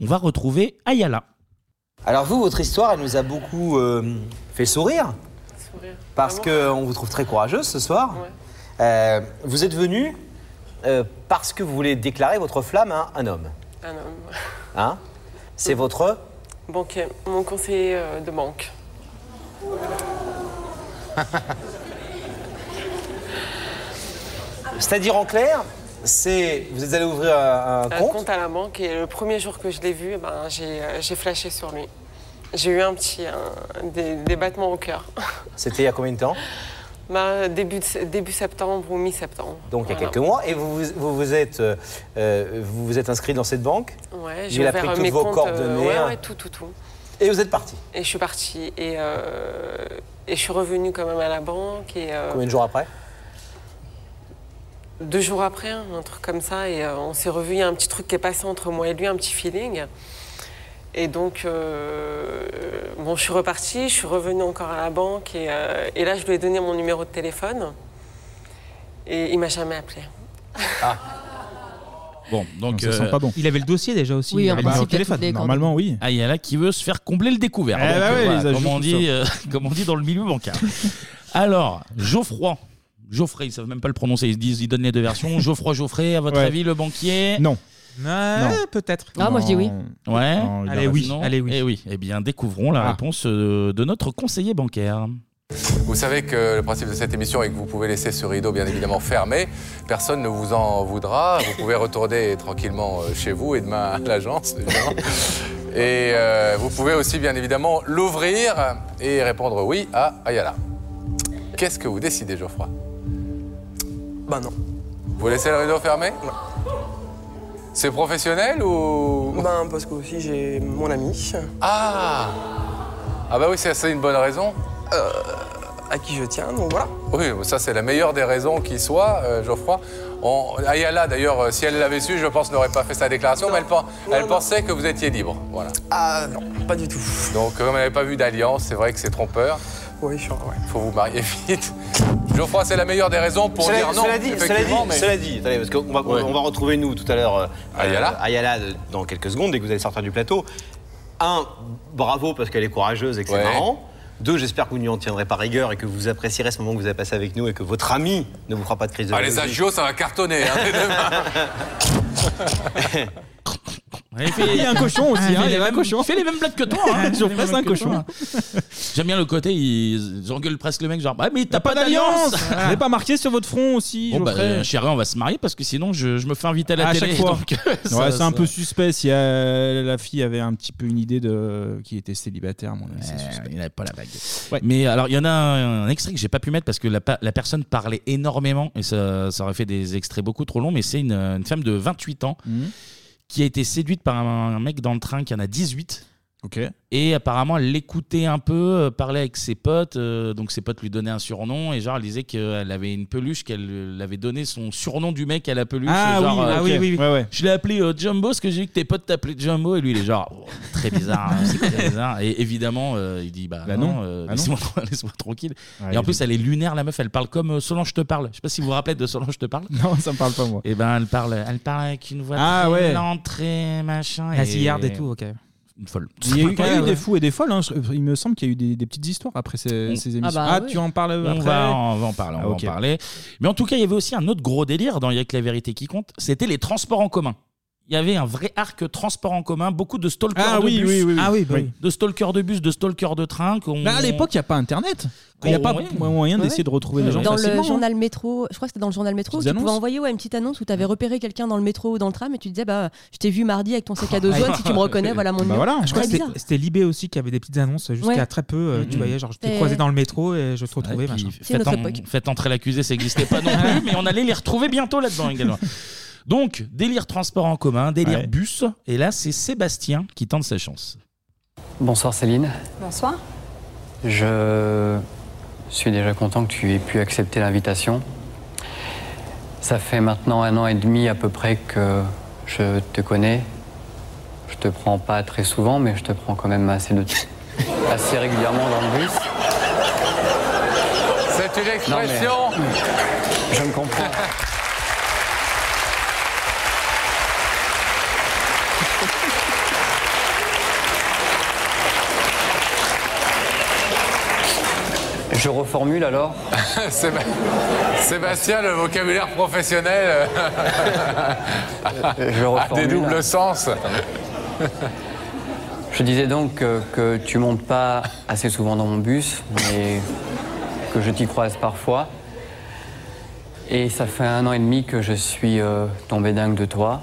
on va retrouver Ayala.
Alors vous, votre histoire, elle nous a beaucoup euh, fait sourire. Parce qu'on vous trouve très courageuse ce soir. Euh, vous êtes venu euh, parce que vous voulez déclarer votre flamme à un homme.
Un homme.
Hein C'est votre...
Banquier, Ah mon conseiller euh, de banque.
C'est-à-dire en clair, c'est vous êtes allé ouvrir un, un
Un
compte.
compte à la banque et le premier jour que je l'ai vu, eh ben, j'ai euh, j'ai flashé sur lui. J'ai eu un petit un- des, des battements au cœur.
C'était il y a combien de temps
Bah, début, de- début septembre ou mi-septembre.
Donc il y a
Voilà.
quelques mois. Et vous vous, vous, vous êtes, euh, euh, vous vous êtes inscrit dans cette banque.
Ouais,
Il
j'ai
a
ouvert
pris
euh,
toutes
mes
vos
comptes,
coordonnées. hein.
euh, ouais, ouais, tout, tout, tout.
Et vous êtes parti.
Et je suis partie. Et, euh, et je suis revenue quand même à la banque. Et, euh,
Combien de jours après
deux jours après, hein, un truc comme ça, et euh, on s'est revu. Il y a un petit truc qui est passé entre moi et lui, un petit feeling. Et donc, euh, bon, je suis repartie, je suis revenue encore à la banque, et, euh, et là, je lui ai donné mon numéro de téléphone, et il m'a jamais appelé.
Bon, donc.
Ah,
euh,
Ça sent pas bon.
Il avait le dossier déjà aussi.
Oui,
il
euh,
en
bah,
avait le numéro de
principe, il y a
téléphone.
toutes les
Normalement,
oui.
Ayala qui veut se faire combler le découvert. Ah,
Eh
Donc,
bah oui,
voilà,
les ajouts
comme, on
qui
dit,
sortent.
euh, comme on dit dans le milieu bancaire. Alors, Geoffroy. Geoffrey, ils savent même pas le prononcer. Ils se disent, ils donnent les deux versions. Geoffroy, Geoffrey, à votre
Ouais.
avis, le banquier
Non.
Ah, peut-être.
Ouais.
Oh,
il Allez, a oui, raison.
Allez oui. Eh oui. Eh bien, découvrons
Ah.
la réponse euh, de notre conseiller bancaire.
Vous savez que le principe de cette émission est que vous pouvez laisser ce rideau bien évidemment fermé. Personne ne vous en voudra. Vous pouvez retourner tranquillement euh, chez vous et demain à l'agence. évidemment. Et euh, vous pouvez aussi, bien évidemment, l'ouvrir et répondre oui à Ayala. Qu'est-ce que vous décidez, Geoffroy
Bah non.
Vous laissez le rideau fermé C'est professionnel ou
Ben parce que aussi j'ai mon ami.
Ah Ah bah oui, c'est c'est une bonne raison.
Euh, à qui je tiens, donc voilà.
Oui, ça c'est la meilleure des raisons qui soit, euh, Geoffroy. On- Ayala, d'ailleurs, euh, si elle l'avait su, je pense n'aurait pas fait sa déclaration, mais elle, pen- elle pensait que vous étiez libre. Voilà.
Ah non, pas du tout.
Donc, euh, comme elle n'avait pas vu d'alliance, c'est vrai que c'est trompeur.
Oui, je ouais.
Faut vous marier vite. Geoffroy, c'est la meilleure des raisons pour
Cela-
dire non.
Cela dit, cela dit,
effectivement, mais-
cela dit, attendez, parce qu'on va, on-
Ouais.
on va retrouver nous tout à l'heure euh,
Ayala.
euh, Ayala euh, dans quelques secondes, dès que vous allez sortir du plateau. Un, bravo parce qu'elle est courageuse et que
Ouais.
c'est marrant. Deux, j'espère que vous n'y en tiendrez pas rigueur et que vous apprécierez ce moment que vous avez passé avec nous et que votre ami ne vous fera pas de crise de
Ah, les
jalousie.
agios, ça va cartonner. hein, dès demain.
Il y a un cochon aussi, hein, il y a un cochon.
fait les mêmes blagues que toi. Hein.
Ils ont presque un cochon.
J'aime bien le côté, ils ils engueulent presque le mec, genre, ah, mais t'as pas,
Pas d'alliance
d'alliance
Vous pas marqué sur votre front aussi
Bon, bah,
Geoffrey
euh, chérie, on va se marier parce que sinon, je, je me fais inviter à la
à
télé.
chaque fois.
donc, euh, ça-
ouais, c'est un
ça-
peu suspect. Si euh, la fille avait un petit peu une idée de qui était célibataire, à mon avis, c'est suspect.
Il n'avait pas la bague. Mais alors, il y en a un, un extrait que j'ai pas pu mettre parce que la, pa- la personne parlait énormément et ça, ça aurait fait des extraits beaucoup trop longs. Mais c'est une, une femme de 28 ans qui a été séduite par un, un mec dans le train qui en a 18.
Ok.
Et apparemment, elle l'écoutait un peu, euh, parlait avec ses potes. euh, donc, ses potes lui donnaient un surnom. Et genre, elle disait qu'elle avait une peluche, qu'elle euh, avait donné son surnom du mec à la peluche.
Ah
genre,
oui,
euh,
ah oui,
ok.
oui, oui. Ouais, ouais.
Je l'ai appelé euh, Jumbo parce que j'ai vu que tes potes t'appelaient Jumbo. Et lui, il est genre, oh, très bizarre. hein, c'est très bizarre. Et évidemment, euh, il dit, bah,
Bah non,
non, euh,
bah non.
laisse-moi laisse-moi tranquille.
Ouais,
et en
il
plus, elle est lunaire, la meuf. Elle parle comme euh, Solange te parle. Je sais pas si vous vous rappelez de Solange te parle.
Non, ça me parle pas moi.
Et ben, elle parle, elle parle avec une voix
Ah,
très
ouais.
lente, très machin.
La zillarde et tout, ok.
Une folle.
Il y a eu, il y a eu
Ouais, ouais.
des fous et des folles. hein. Je- Il me semble qu'il y a eu des, des petites histoires après ces, ces émissions. Ah,
bah oui.
tu en parles
On
après
va en- on va en parler, on
Ah,
va
ok.
en parler. Mais en tout cas, il y avait aussi un autre gros délire dans Il y a que la vérité qui compte, c'était les transports en commun. Il y avait un vrai arc transport en commun, beaucoup de stalkers
Ah
de
oui,
bus.
oui, oui, oui. Ah oui, bah oui.
De stalkers de bus, de stalkers de train. qu'on-
Bah, à l'époque, il n'y a pas Internet. Il n'y a
qu'on-
pas
ouais.
moyen
Ouais,
d'essayer
ouais.
de retrouver les gens
dans
facilement.
le
hein.
journal métro, je crois que c'était dans le journal métro, où
Petites
tu pouvais
annonces.
envoyer ouais, une petite annonce où tu avais repéré quelqu'un dans le métro ou dans le tram et tu disais bah je t'ai vu mardi avec ton sac
Oh,
à dos jaune, si tu me reconnais, voilà
Bah
mon numéro.
Bah Je crois que
Très
c'était-
bizarre.
c'était Libé aussi qui avait des petites annonces jusqu'à
Ouais.
très peu. euh, Tu
Mhm.
voyais, genre, je t'ai
Et-
croisé dans le métro et je te retrouvais,
puis,
machin.
faites, en- faites entrer l'accusé, ça n'existait pas non plus, mais on allait les retrouver bientôt là-dedans également. Donc, délire transport en commun, délire
Ouais.
bus. Et là, c'est Sébastien qui tente sa chance.
Bonsoir Céline.
Bonsoir.
Je suis déjà content que tu aies pu accepter l'invitation. Ça fait maintenant un an et demi à peu près que je te connais. Je te prends pas très souvent, mais je te prends quand même assez, de... assez régulièrement dans le bus.
C'est une expression.
euh, Je me comprends. Je reformule alors.
Séba- Sébastien, le vocabulaire professionnel euh,
Je
a des
reformule.
doubles sens.
Je disais donc que, que tu montes pas assez souvent dans mon bus, mais que je t'y croise parfois. Et ça fait un an et demi que je suis euh, tombé dingue de toi.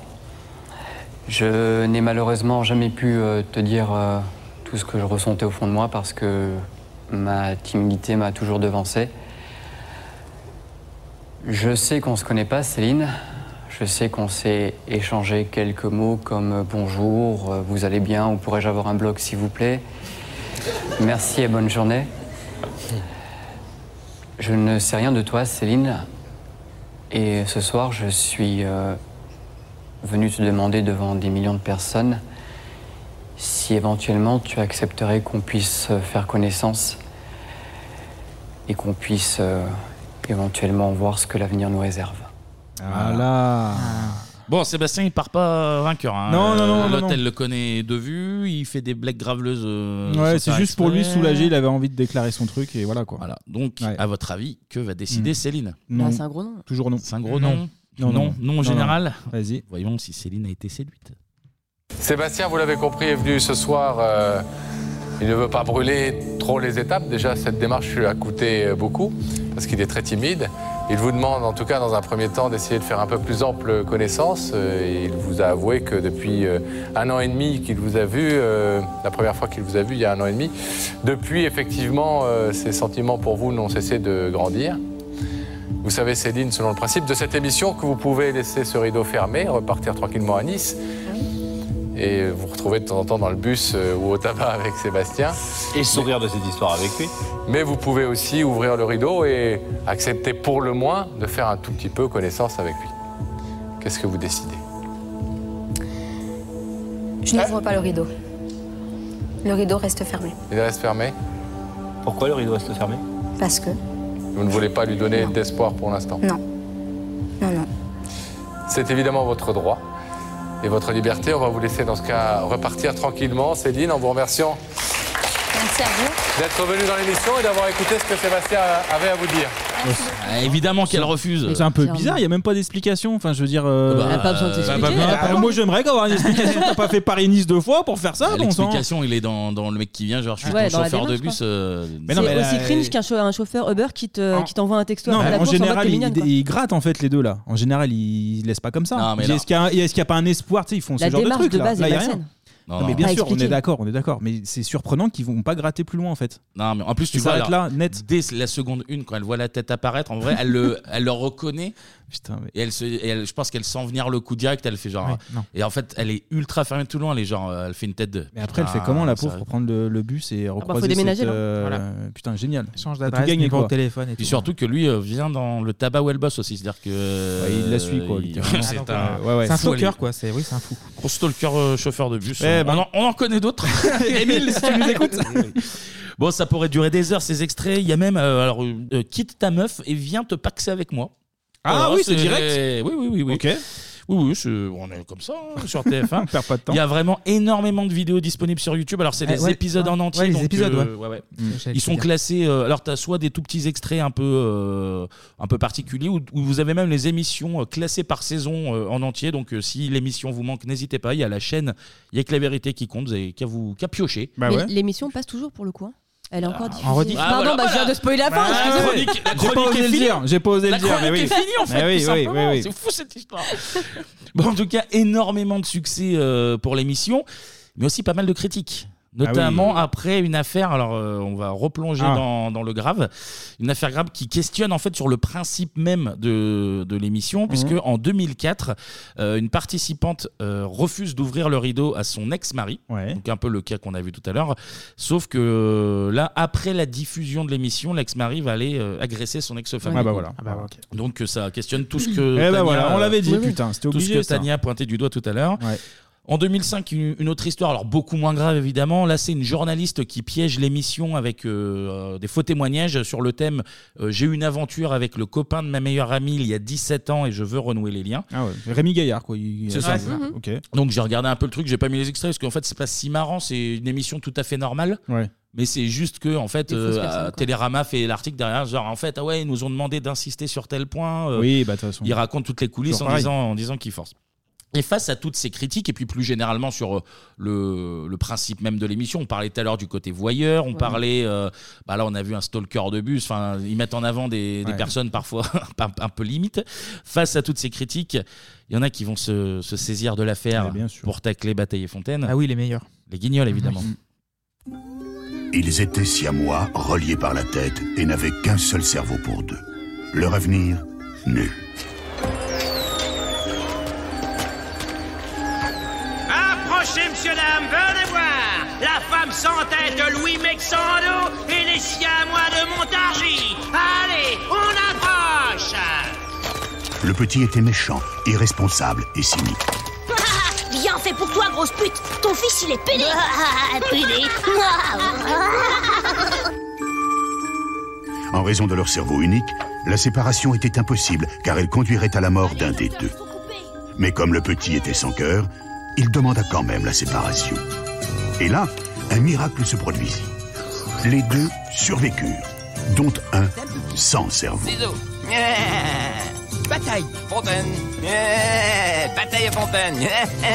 Je n'ai malheureusement jamais pu euh, te dire euh, tout ce que je ressentais au fond de moi parce que ma timidité m'a toujours devancé. Je sais qu'on se connaît pas, Céline. Je sais qu'on s'est échangé quelques mots comme euh, bonjour, euh, vous allez bien, ou pourrais-je avoir un bloc s'il vous plaît Merci et bonne journée. Je ne sais rien de toi, Céline. Et ce soir, je suis euh, venu te demander devant des millions de personnes si éventuellement tu accepterais qu'on puisse euh, faire connaissance et qu'on puisse euh, éventuellement voir ce que l'avenir nous réserve.
Voilà.
Ah. Bon, Sébastien, il part pas vainqueur. hein.
Non, non, non, non,
L'hôtel
non.
le connaît de vue, il fait des blagues graveleuses. euh,
Ouais, c'est
sans faire
juste pour lui
exprès.
soulager. Il avait envie de déclarer son truc et voilà quoi.
Voilà. Donc, à votre avis, que va décider Céline
Hmm. Non.
Ah,
Bah, c'est un
gros nom.
Toujours non.
C'est un gros nom.
Non, non,
non,
non.
en
Non,
général.
Vas-y.
Voyons si Céline a été séduite.
Sébastien, vous l'avez compris, est venu ce soir. euh, il ne veut pas brûler trop les étapes. Déjà, cette démarche lui a coûté euh, beaucoup parce qu'il est très timide. Il vous demande, en tout cas dans un premier temps, d'essayer de faire un peu plus ample connaissance. euh, et il vous a avoué que depuis euh, un an et demi qu'il vous a vu, euh, la première fois qu'il vous a vu il y a un an et demi, depuis effectivement, euh, ses sentiments pour vous n'ont cessé de grandir. Vous savez, Céline, selon le principe de cette émission, que vous pouvez laisser ce rideau fermé, repartir tranquillement à Nice. Et vous retrouver de temps en temps dans le bus euh, ou au tabac avec Sébastien.
Et sourire de cette histoire avec lui.
Mais vous pouvez aussi ouvrir le rideau et accepter pour le moins de faire un tout petit peu connaissance avec lui. Qu'est-ce que vous décidez
Je n'ouvre pas le rideau. Le rideau reste fermé.
Il reste fermé
Pourquoi le rideau reste fermé
Parce que.
Vous ne voulez pas lui donner d'espoir pour l'instant
Non. Non, non.
C'est évidemment votre droit et votre liberté. On va vous laisser dans ce cas repartir tranquillement, Céline, en vous remerciant
Merci à vous.
d'être venu dans l'émission et d'avoir écouté ce que Sébastien avait à vous dire.
Oh,
Ah, évidemment qu'elle refuse.
C'est un peu bizarre, il n'y a même pas d'explication. Enfin, je veux dire. euh,
Bah, Elle a pas besoin de t'expliquer.
bah, bah,
Ah,
bah, moi, j'aimerais avoir une explication. T'as pas fait Paris-Nice deux fois pour faire ça, bon sang.
L'explication, il est dans, dans le mec qui vient, genre je suis
Ouais,
ton
dans la
chauffeur de
démarche,
bus. euh,
Mais non,
c'est
mais
aussi
là,
cringe qu'un cho- un chauffeur Uber qui te- qui t'envoie un texto
Non,
après la
en
course en mode
général,
t'es
ils
mignonne, quoi.
ils grattent en fait les deux là. En général, ils laissent pas comme ça.
Non, mais
Ils disent,
là-
Est-ce qu'il y a- est-ce qu'il n'y a, pas un espoir tu sais, Ils font
La
ce genre de
démarche
truc
de
là.
base
Là,
est
il y a
malsaine.
rien.
Non,
Non,
non.
mais bien
Pas
sûr, on
expliqué.
est d'accord, on est d'accord. Mais c'est surprenant qu'ils vont pas gratter plus loin en fait.
Non, Ah, mais en plus, tu
Ils
vois.
s'arrêtent
alors, Dès la seconde une, quand elle voit la tête apparaître, en vrai, elle le, elle le reconnaît. Et, elle se, et elle- je pense qu'elle sent venir le coup direct. Elle fait genre.
Ouais, non.
et en fait, elle est ultra fermée tout le long. Elle est genre. euh, Elle fait une tête de.
Mais après, elle fait
Putain,
comment la
ça-
pauvre pour prendre le, le bus et
Ah bah, faut
Bah,
recroiser
déménager,
hein.
cette,
là.
euh,
Voilà.
Putain, génial.
Change
T'as tout
d'adresse,
gagné,
numéro
quoi.
Bah, au téléphone et
Puis
tout.
surtout que lui euh, vient dans le tabac ou elle bosse aussi, c'est-à-dire que
Ouais, il la suit, quoi,
il-
littéralement.
c'est
Ah, donc,
un,
ouais, ouais. C'est un
fou,
stalker,
elle est-
quoi, c'est- oui, c'est un fou. bah,
Gros stalker euh, chauffeur de bus.
Eh
on,
ben.
en, on en connaît d'autres. Émile, si tu nous écoutes. bon, ça pourrait durer des heures ces extraits. Il y a même euh, alors euh, euh, quitte ta meuf et viens te paxer avec moi.
Ah
Voilà,
oui, c'est direct
Oui, oui, oui, oui.
Ok.
Oui, oui, c'est- on est comme ça hein, sur TF1.
On perd pas de temps.
Il y a vraiment énormément de vidéos disponibles sur YouTube. Alors, c'est
Eh
des
ouais,
épisodes
ouais.
en entier.
Ouais, les
donc,
épisodes,
euh,
ouais.
ouais, ouais.
Mm. Je sais
Ils
que
sont
c'est bien.
classés. euh, alors, tu as soit des tout petits extraits un peu, euh, un peu particuliers, ou, ou vous avez même les émissions euh, classées par saison euh, en entier. Donc, euh, si l'émission vous manque, n'hésitez pas. Il y a la chaîne, il y a que la vérité qui compte. Vous avez qu'à vous- qu'à piocher.
Bah
Mais L'émission passe toujours pour le coup. hein. Elle est encore diffusée.
rediff. Ah,
Pardon,
voilà,
bah, je viens
voilà.
de spoiler la fin.
Bah,
excusez-moi.
la chronique- la
J'ai pas
chronique
osé
est
le
finie.
dire, j'ai pas osé
La
le dire, mais
chronique
oui.
est finie, en fait,
Mais oui,
tout
oui,
simplement.
oui, oui.
C'est fou, cette histoire. Bon, en tout cas, énormément de succès euh, pour l'émission, mais aussi pas mal de critiques. Notamment après une affaire, alors euh, on va replonger
Ah.
dans, dans le grave, une affaire grave qui questionne en fait sur le principe même de, de
Mhm.
l'émission, puisque en 2004, euh, une participante euh, refuse d'ouvrir le rideau à son ex-mari, donc un peu le cas qu'on a vu tout à l'heure, sauf que euh, là, après la diffusion de l'émission, l'ex-mari va aller euh, agresser son ex-femme.
Ah bah voilà.
Donc euh, ça questionne tout ce que.
Eh ben
Tania,
voilà, on
euh,
l'avait dit, Oui, oui. putain, c'était
tout ce
obligé,
que
ça.
Tania a pointé du doigt tout à l'heure. En 2005, une une autre histoire, alors beaucoup moins grave évidemment. Là, c'est une journaliste qui piège l'émission avec euh, euh, des faux témoignages sur le thème euh, J'ai eu une aventure avec le copain de ma meilleure amie il y a 17 ans et je veux renouer les liens.
Ah ouais. Rémi Gaillard, quoi. il-
C'est
Ah,
ça.
ouais. Ok.
Donc j'ai regardé un peu le truc, j'ai pas mis les extraits parce qu'en fait c'est pas si marrant, c'est une émission tout à fait normale.
Ouais.
Mais c'est juste que en fait
Des fausses
euh,
personnes, quoi.
Télérama fait l'article derrière genre en fait ah ouais ils nous ont demandé d'insister sur tel point. euh,
Oui, bah, de toute façon.
Ils racontent toutes les coulisses
Toujours
en
pareil.
disant, en disant qu'ils forcent. Et face à toutes ces critiques, et puis plus généralement sur euh, le, le principe même de l'émission, on parlait tout à l'heure du côté voyeur, on
Ouais.
parlait, euh, bah là on a vu un stalker de bus, enfin ils mettent en avant des, des
Ouais.
personnes parfois un, un peu limites. Face à toutes ces critiques, il y en a qui vont se, se saisir de l'affaire pour tacler Bataille et Fontaine.
Ah oui, les meilleurs.
Les guignols évidemment.
Ils étaient siamois, reliés par la tête, et n'avaient qu'un seul cerveau pour deux. Leur avenir, nul.
Approchez, monsieur, dame, venez voir La femme sans tête de Louis Mexando et les siamois de Montargis Allez, on approche
Le petit était méchant, irresponsable et cynique.
Bien fait pour toi, grosse pute Ton fils, il est pédé Ah, Pédé
En raison de leur cerveau unique, la séparation était impossible car elle conduirait à la mort d'un des deux. Mais comme le petit était sans cœur, il demanda quand même la séparation. Et là, un miracle se produisit. Les deux survécurent, dont un sans cerveau.
Ciseaux Bataille Fontaine Bataille et Fontaine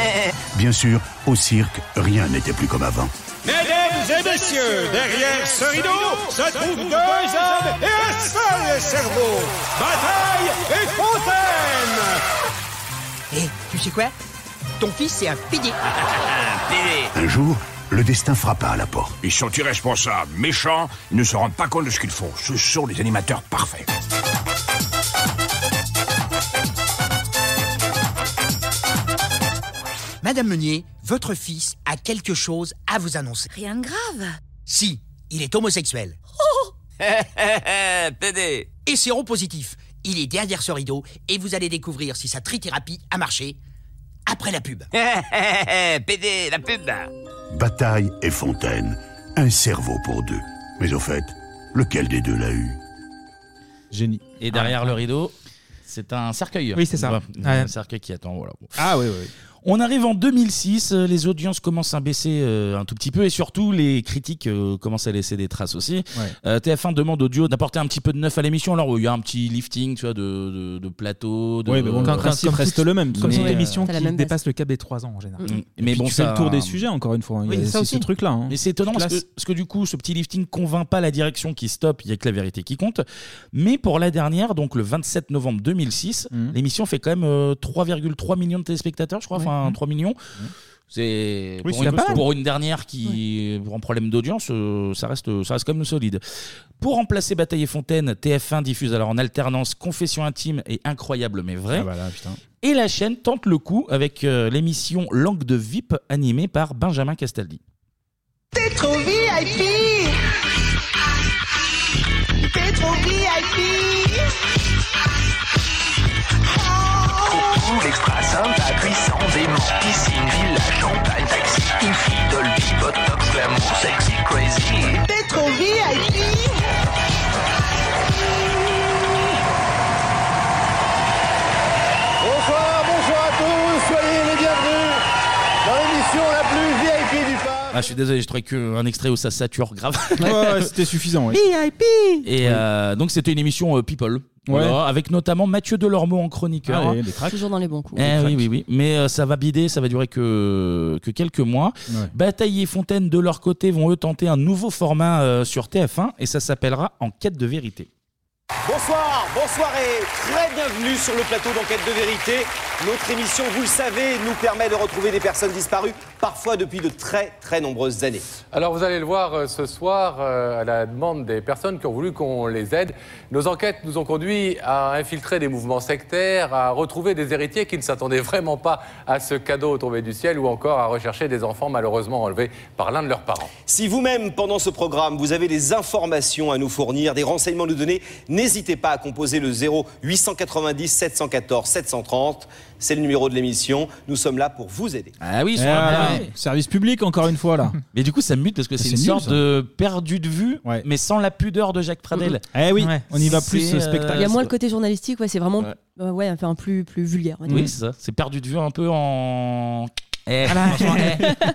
Bien sûr, au cirque, rien n'était plus comme avant.
Mesdames
Mesdames et messieurs, derrière ce rideau se trouvent deux hommes et un seul cerveau. Bataille et Fontaine.
Et Eh, tu sais quoi Ton fils est un pédé.
Un jour, le destin frappa à la porte.
Ils sont irresponsables, méchants, ils ne se rendent pas compte de ce qu'ils font. Ce sont des animateurs parfaits.
Madame Meunier, votre fils a quelque chose à vous annoncer.
Rien de grave.
Si, il est homosexuel.
Oh
PD Et séropositif. Il est derrière ce rideau et vous allez découvrir si sa trithérapie a marché après la pub. PD, la pub
Bataille et Fontaine, un cerveau pour deux. Mais au fait, lequel des deux l'a eu
Génie.
Et derrière le rideau, c'est un cercueil.
Ah, Oui, c'est ça.
Ouais,
Ouais.
Un cercueil qui attend. Voilà.
Ah oui, oui.
On arrive en 2006, euh, les audiences commencent à baisser euh, un tout petit peu et surtout les critiques euh, commencent à laisser des traces aussi.
Ouais.
Euh, TF1 demande au duo d'apporter un petit peu de neuf à l'émission. Alors il y a un petit lifting, tu vois, de, de, de plateau. De,
Oui, mais bon, le principe reste le même.
Mais,
Comme son
euh,
émission
C'est la
qui
même
dépasse le cap des 3 ans en général.
Mm.
Et
Mais
puis
bon,
tu fais
ça-
le tour des sujets encore une fois.
Oui,
Il y a-
ça
c'est
aussi.
ce truc-là. hein.
Mais c'est étonnant parce que,
Classe.
parce que du coup, ce petit lifting convainc pas la direction qui stoppe, il y a que la vérité qui compte. Mais pour la dernière, donc le 27 novembre 2006,
Mmh.
l'émission fait quand même euh, 3,3 millions de téléspectateurs, je crois, enfin 3 millions. C'est
Oui,
pour,
c'est
une,
pas mal.
pour une dernière qui pour un problème d'audience, euh, ça reste ça reste quand même solide. Pour remplacer Bataille et Fontaine, TF1 diffuse alors en alternance Confession intime et Incroyable mais vrai.
Ah bah là, putain.
Et la chaîne tente le coup avec euh, l'émission Langue de VIP animée par Benjamin Castaldi.
T'es trop VIP T'es trop VIP Coucou l'extra sympa, puissant, dément Piscine, villa, champagne, taxi Infi, Dolby, Botox, glamour, sexy, crazy T'es trop VIP
Bonsoir, bonsoir à tous, soyez les bienvenus dans l'émission la plus VIP du parc.
Ah, je suis désolé, je trouvais qu'un extrait où ça sature grave.
Ouais, ouais, c'était suffisant. oui.
VIP Et euh, donc, c'était une émission euh, People. Voilà, avec notamment Mathieu Delormeau en chroniqueur.
Ah ouais, des cracks.
Toujours dans les bons coups.
Des
Eh oui,
cracks.
oui, oui. Mais euh, ça va bider, ça va durer que, que quelques mois. Bataille et Fontaine, de leur côté, vont eux tenter un nouveau format euh, sur TF1 et ça s'appellera Enquête de vérité.
Bonsoir, bonsoir et très bienvenue sur le plateau d'enquête de vérité. Notre émission, vous le savez, nous permet de retrouver des personnes disparues, parfois depuis de très très nombreuses années.
Alors vous allez le voir euh, ce soir, euh, à la demande des personnes qui ont voulu qu'on les aide, nos enquêtes nous ont conduit à infiltrer des mouvements sectaires, à retrouver des héritiers qui ne s'attendaient vraiment pas à ce cadeau tombé du ciel ou encore à rechercher des enfants malheureusement enlevés par l'un de leurs parents.
Si vous-même, pendant ce programme, vous avez des informations à nous fournir, des renseignements à nous donner, n'hésitez pas à composer le 0 890 714 730. C'est le numéro de l'émission. Nous sommes là pour vous aider.
Ah oui,
Eh voilà. Service public, encore une fois, là.
Mais du coup, ça mute parce
Ah,
que c'est une sorte de perdu de vue, mais sans la pudeur de Jacques Pradel.
Eh oui, on y va
C'est,
plus euh,
euh,
spectacle.
Il y a moins le côté journalistique, ouais, c'est vraiment
Ouais.
euh, ouais, enfin, plus, plus vulgaire. on va dire.
Mm.
Oui, c'est ça. C'est perdu de vue un peu en. Eh, franchement,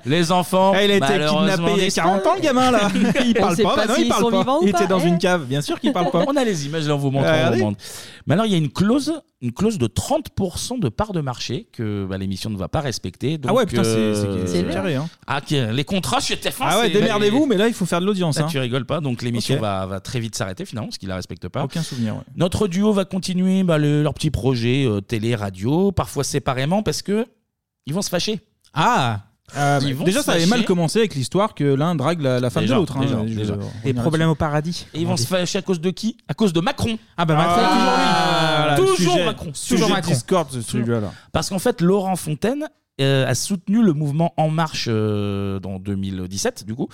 eh, les enfants.
Ah, il a été
malheureusement,
kidnappé il y a 40 ans, le gamin, là. Il
On
parle
sait
pas.
pas
bah non,
s'ils
il parle
sont
pas.
vivants ou
il était
pas,
dans
eh.
une cave, bien sûr qu'il parle pas.
On a les images, là, on vous montre. on vous
Regardez.
montre. Mais alors, il y a une clause, une clause de 30% de part de marché que bah, l'émission ne va pas respecter. Donc,
Ah ouais, putain, c'est-
euh,
c'est- c'est carré, hein.
Ah, ok, les contrats chez TF1.
Ah ouais,
c'est-
démerdez-vous, mais là, il faut faire de l'audience.
Là,
hein.
Bah, tu rigoles pas, donc l'émission
Ok.
va, va très vite s'arrêter finalement, parce qu'il la respecte pas.
Aucun souvenir, ouais.
Notre duo va continuer bah, le- leurs petits projets euh, télé, radio, parfois séparément, parce que ils vont se fâcher.
Ah
Ils
Euh,
vont
déjà,
se
ça avait mal
fâcher.
commencé avec l'histoire que l'un drague la, la femme
Déjà,
de l'autre. hein,
déjà,
Je-
déjà.
on
Des
ira
problèmes
dessus. au paradis.
Et ils vont se fâcher à cause de qui À cause de Macron.
Ah bah Macron,
Ah,
toujours lui.
toujours
Sujet-
Macron.
sujet
toujours
de
Macron.
discorde, ce- celui-là.
Parce qu'en fait, Laurent Fontaine euh, a soutenu le mouvement En Marche euh, dans 2017, du coup.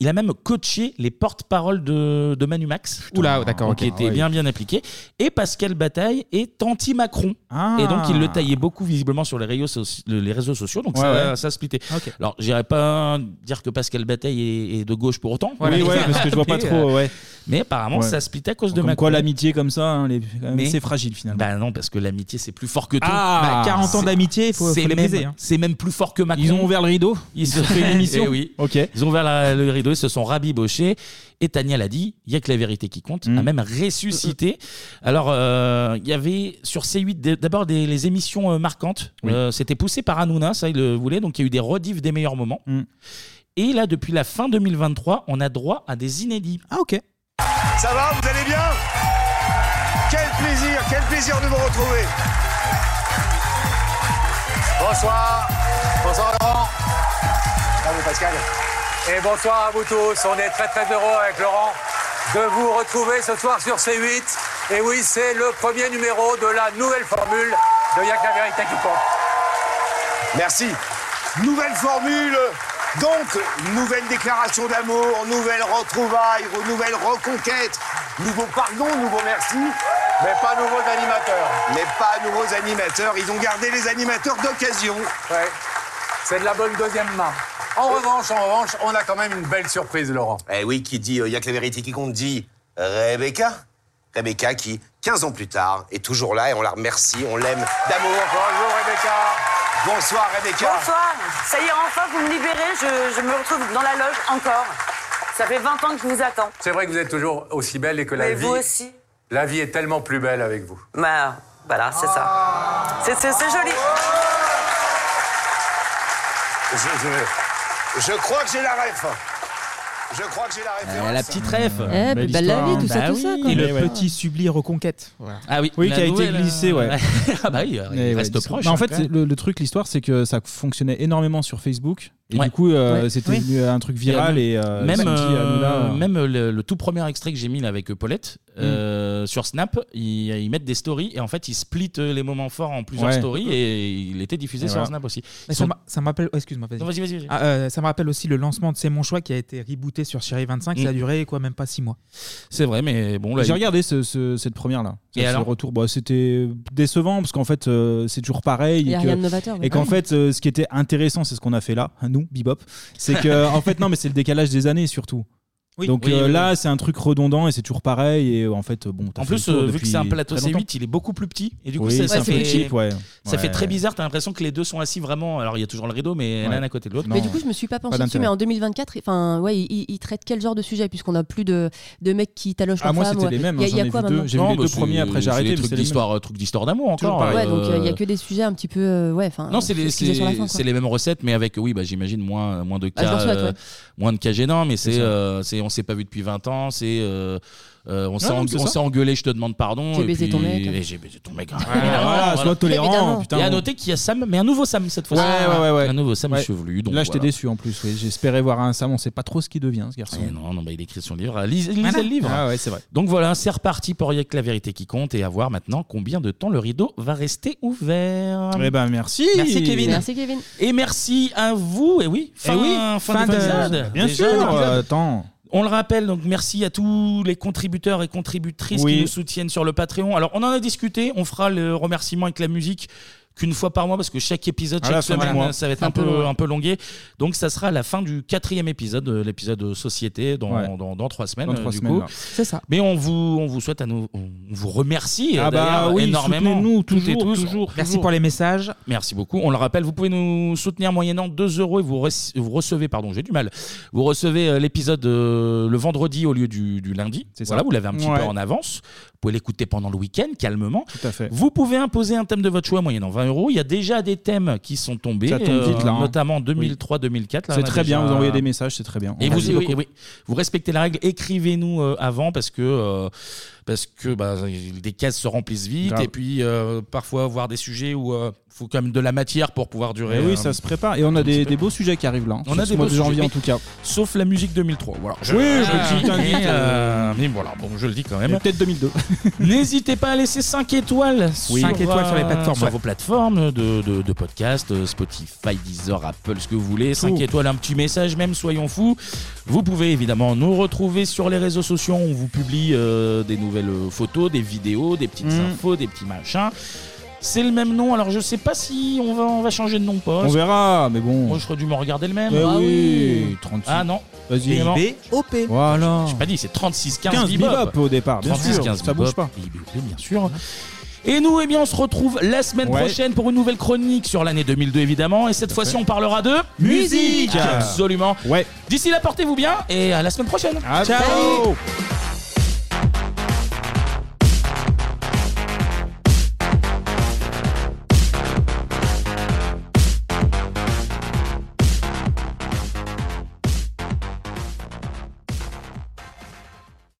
Il a même coaché les porte-paroles de, de Manu Max.
Oula, d'accord,
Donc, Qui
ok.
était
Ah ouais.
bien, bien appliqué. Et Pascal Bataille est anti-Macron.
Ah.
Et Ah. donc, il le taillait beaucoup, visiblement, sur les réseaux, soci- les réseaux sociaux. Donc,
Ouais,
ça,
ouais.
ça splittait. Alors, j'irais pas dire que Pascal Bataille est, est de gauche pour autant.
Oui, ouais, parce que je vois pas
Mais, euh,
trop, ouais.
Mais apparemment,
Ouais.
ça split à cause
Donc,
de
comme
Macron.
quoi, l'amitié comme ça, hein, les- quand même,
Mais-
c'est fragile finalement.
Bah non, parce que l'amitié, c'est plus fort que tout. Bah,
Ah, 40 ans
C'est-
d'amitié, il faut, faut
c'est
les
même-
baiser. hein.
C'est même plus fort que Macron.
Ils ont ouvert le rideau,
Ils
ont fait une émission.
Eh oui.
Ok.
Ils ont ouvert la- le rideau, ils se sont rabibochés. Et Tania l'a dit, il n'y a que la vérité qui compte, a même ressuscité. Alors, euh, il y avait sur C8 d- d'abord des- les émissions euh, marquantes.
Oui.
Euh, C'était poussé par Hanouna, ça, il le voulait. Donc, il y a eu des rediffs des meilleurs moments. Et là, depuis la fin 2023, on a droit à des inédits.
Ah, ok.
Ça va, vous allez bien Quel plaisir, quel plaisir de vous retrouver.
Bonsoir. Bonsoir Laurent. Bravo Pascal. Et bonsoir à vous tous. On est très très heureux avec Laurent de vous retrouver ce soir sur C8. Et oui, c'est le premier numéro de la nouvelle formule de Y'a que la vérité qui compte.
Merci. Nouvelle formule. Donc, nouvelle déclaration d'amour, nouvelle retrouvaille, nouvelle reconquête, nouveau pardon, nouveau merci. Mais pas nouveaux animateurs. Mais pas nouveaux animateurs. Ils ont gardé les animateurs d'occasion.
Ouais. C'est de la bonne deuxième main. En revanche, en revanche, on a quand même une belle surprise, Laurent.
Eh oui, qui dit, il y a que la vérité qui compte, dit Rebecca. Rebecca qui, 15 ans plus tard, est toujours là et on la remercie, on l'aime d'amour. Bonjour Rebecca. Bonsoir Rebecca.
Bonsoir. Ça y est, enfin, vous me libérez. Je, je me retrouve dans la loge encore. Ça fait 20 ans que je vous attends.
C'est vrai que vous êtes toujours aussi belle et que la
Mais
vie.
vous aussi.
La vie est tellement plus belle avec vous.
Bah, voilà, c'est ça. C'est- C'est c'est joli.
Je, je- je crois que j'ai la ref. Je crois que j'ai la réponse.
Euh, la petite ref.
Eh,
Belle
plus belle Eh la
histoire,
vie,
hein.
tout ça,
Bah
tout ça,
oui.
quoi. Et le
Mais ouais.
petit Subli Reconquête. Voilà.
Ah oui,
Oui,
la
qui a été
nouvelle,
glissé,
euh,
ouais.
ah bah oui, il
Et ouais,
reste
discret.
proche.
Bah, en
hein,
fait,
quand même.
c'est- le, le truc, l'histoire, c'est que ça fonctionnait énormément sur Facebook. Et
Ouais.
du coup, euh,
Ouais.
c'était
Oui.
devenu un truc viral. Et, euh,
même,
Santi,
euh,
Hanouna, Mm.
même le, le tout premier extrait que j'ai mis là avec euh, Paulette euh, sur Snap, ils, ils mettent des stories et en fait ils splittent euh, les moments forts en plusieurs
Ouais.
stories et il était diffusé
Et
sur
voilà.
Snap aussi.
Mais
Ils
ça
sont-
m'a- Ça m'appelle. oh, Excuse-moi, vas-y.
Non, vas-y, vas-y, vas-y.
Ah, euh, ça me rappelle aussi le lancement de C'est mon choix qui a été rebooté sur Chérie 25. Ça a
Mm.
duré quoi, même pas 6 mois.
C'est vrai, mais bon,
J'ai regardé ce- ce- cette première là.
Et
Ce
alors
retour, Bah, c'était décevant parce qu'en fait euh, c'est toujours pareil
Il y
et
a
que-
rien de novateur, ouais.
et qu'en
Ouais.
fait euh, ce qui était intéressant c'est ce qu'on a fait là, nous, Bebop, c'est que en fait non mais c'est le décalage des années surtout.
Oui.
Donc
Oui,
euh,
oui,
là c'est un truc redondant et c'est toujours pareil et euh, en fait euh, bon. t'as
En
fait le
plus,
tour
euh, vu
depuis
que c'est un plateau
très longtemps.
C8, il est beaucoup plus petit. Et du coup,
Oui,
ça,
c'est
ça
un peu
fait,
cheap, ouais.
ça fait
Ouais.
très bizarre. T'as l'impression que les deux sont assis vraiment. Alors, il y a toujours le rideau, mais l'un à côté de l'autre.
Mais du coup, je me suis pas pensé dessus, mais en 2024, enfin, ouais, ils- ils, ils traitent quel genre de sujet Puisqu'on a plus de, de mecs qui talogent
Ah,
leur
moi,
femme.
c'était
ouais.
les mêmes,
Il y a-
j'en
il y a
ai
quoi
vu deux.
maintenant
J'ai vu les deux premiers, après, j'ai arrêté, mais
Truc
c'est les
d'histoire, euh, truc d'histoire d'amour
Toujours
encore.
pareil. Ouais,
euh,
donc euh, il y a que des sujets un petit peu, euh, ouais, enfin,
Non, c'est les,
ce qu'ils ont sur la
c'est-
fin, quoi.
c'est les mêmes recettes, mais avec, oui, bah, j'imagine moins, moins de
Ah, je
cas,
leur souhaite,
euh,
ouais.
moins de cas gênants, mais
C'est
c'est,
ça.
euh, c'est on s'est pas vu depuis 20 ans, c'est euh, euh, on s'est
non,
en-
c'est
on
ça.
s'est engueulé, je te demande pardon.
J'ai
et
baisé
puis-
ton mec.
et J'ai baisé ton mec. hein.
Ouais, voilà, sois tolérant, Évidemment. putain.
Et à noter qu'il y a Sam, mais un nouveau Sam cette
Ouais,
fois-ci.
ouais, ouais, ouais.
Un nouveau Sam
Ouais.
chevelu. donc
Là, j'étais
voilà.
déçu en plus. oui. J'espérais voir un Sam. On sait pas trop ce qu'il devient, ce garçon.
Eh non, non, bah, il écrit son livre. Lise- lisez
Voilà.
le livre.
Ah ouais, c'est vrai.
Donc voilà, c'est reparti pour Y'a que la vérité qui compte et à voir maintenant combien de temps le rideau va rester ouvert.
Eh ben, merci.
Merci Kevin.
Merci, Kevin.
Et merci à vous. Et oui, fin,
Eh oui,
fin,
fin de-
d'épisode.
Bien
Déjà,
sûr,
l'épisode.
euh, attends.
On le rappelle, donc merci à tous les contributeurs et contributrices
Oui.
qui nous soutiennent sur le Patreon. Alors, on en a discuté, on fera le remerciement avec la musique qu'une fois par mois parce que chaque épisode,
À
chaque
la fin du
semaine,
mois.
ça va être
C'est
un,
un peu
peu,
long, ouais.
un peu longué. Donc, ça sera à la fin du quatrième épisode, euh, l'épisode société, dans,
Ouais.
dans, dans trois semaines.
Dans
euh,
trois
du
semaines,
coup.
là.
C'est ça.
Mais on vous, on vous souhaite à nous, on vous remercie euh,
Ah bah
d'ailleurs,
oui,
énormément.
soutenez-nous,
Toutes et
toujours,
tous.
toujours,
Merci pour les messages.
Merci beaucoup. On le rappelle, vous pouvez nous soutenir moyennant 2 euros et vous, rece- vous recevez, pardon, j'ai du mal, vous recevez euh, l'épisode euh, le vendredi au lieu du, du lundi.
C'est
Voilà,
ça.
vous l'avez un petit
Ouais.
peu en avance. Vous pouvez l'écouter pendant le week-end, calmement.
Tout à fait.
Vous pouvez imposer un thème de votre choix moyennant 20 euros. Il y a déjà des thèmes qui sont tombés, euh,
Ça tombe vite, là, hein.
notamment 2003-2004.
C'est très bien. Vous envoyez des messages, c'est très bien.
Et
On
vous,
remercie
oui,
beaucoup.
oui. vous respectez la règle, écrivez-nous euh, avant parce que, euh, parce que bah, des cases se remplissent vite
Grave.
et puis euh, parfois voir des sujets où il faut quand même de la matière pour pouvoir durer.
Eh oui,
euh,
ça se prépare. Et on a des, des beaux sujets qui arrivent là. hein,
On
sur
a
ce
des
mois
beaux
de janvier
sujets,
en tout cas.
Sauf la musique 2003. Voilà. Je-
Oui,
Ah,
petite
mais,
invite,
euh, mais voilà, bon, je le dis quand même.
Et peut-être 2002.
N'hésitez pas à laisser 5 étoiles.
Oui.
Sur,
Cinq étoiles sur les
euh,
plateformes,
Sur
ouais.
vos plateformes de, de, de podcast, euh, Spotify, Deezer, Apple, ce que vous voulez. 5 étoiles, un petit message même, soyons fous. Vous pouvez évidemment nous retrouver sur les réseaux sociaux. On vous publie euh, des nouvelles euh, photos, des vidéos, des petites
Mm.
infos, des petits machins. C'est le même nom, alors je sais pas si on va, on va changer de nom ou pas.
On verra, mais bon.
Moi, je serais dû me regarder le même.
Eh oui, 36.
Ah non.
Vas-y.
Évidemment.
BOP. Voilà.
J'ai pas dit, c'est 36-15
15
bebop.
bebop au départ, bien
36,
sûr,
15
ça bouge
bebop,
pas.
et bebop, bien sûr. Et nous, eh bien, on se retrouve la semaine
Ouais.
prochaine pour une nouvelle chronique sur l'année 2002, évidemment. Et cette fois-ci, on parlera de
Musique.
Absolument.
Ouais.
D'ici là, portez-vous bien et à la semaine prochaine.
ciao.
Salut.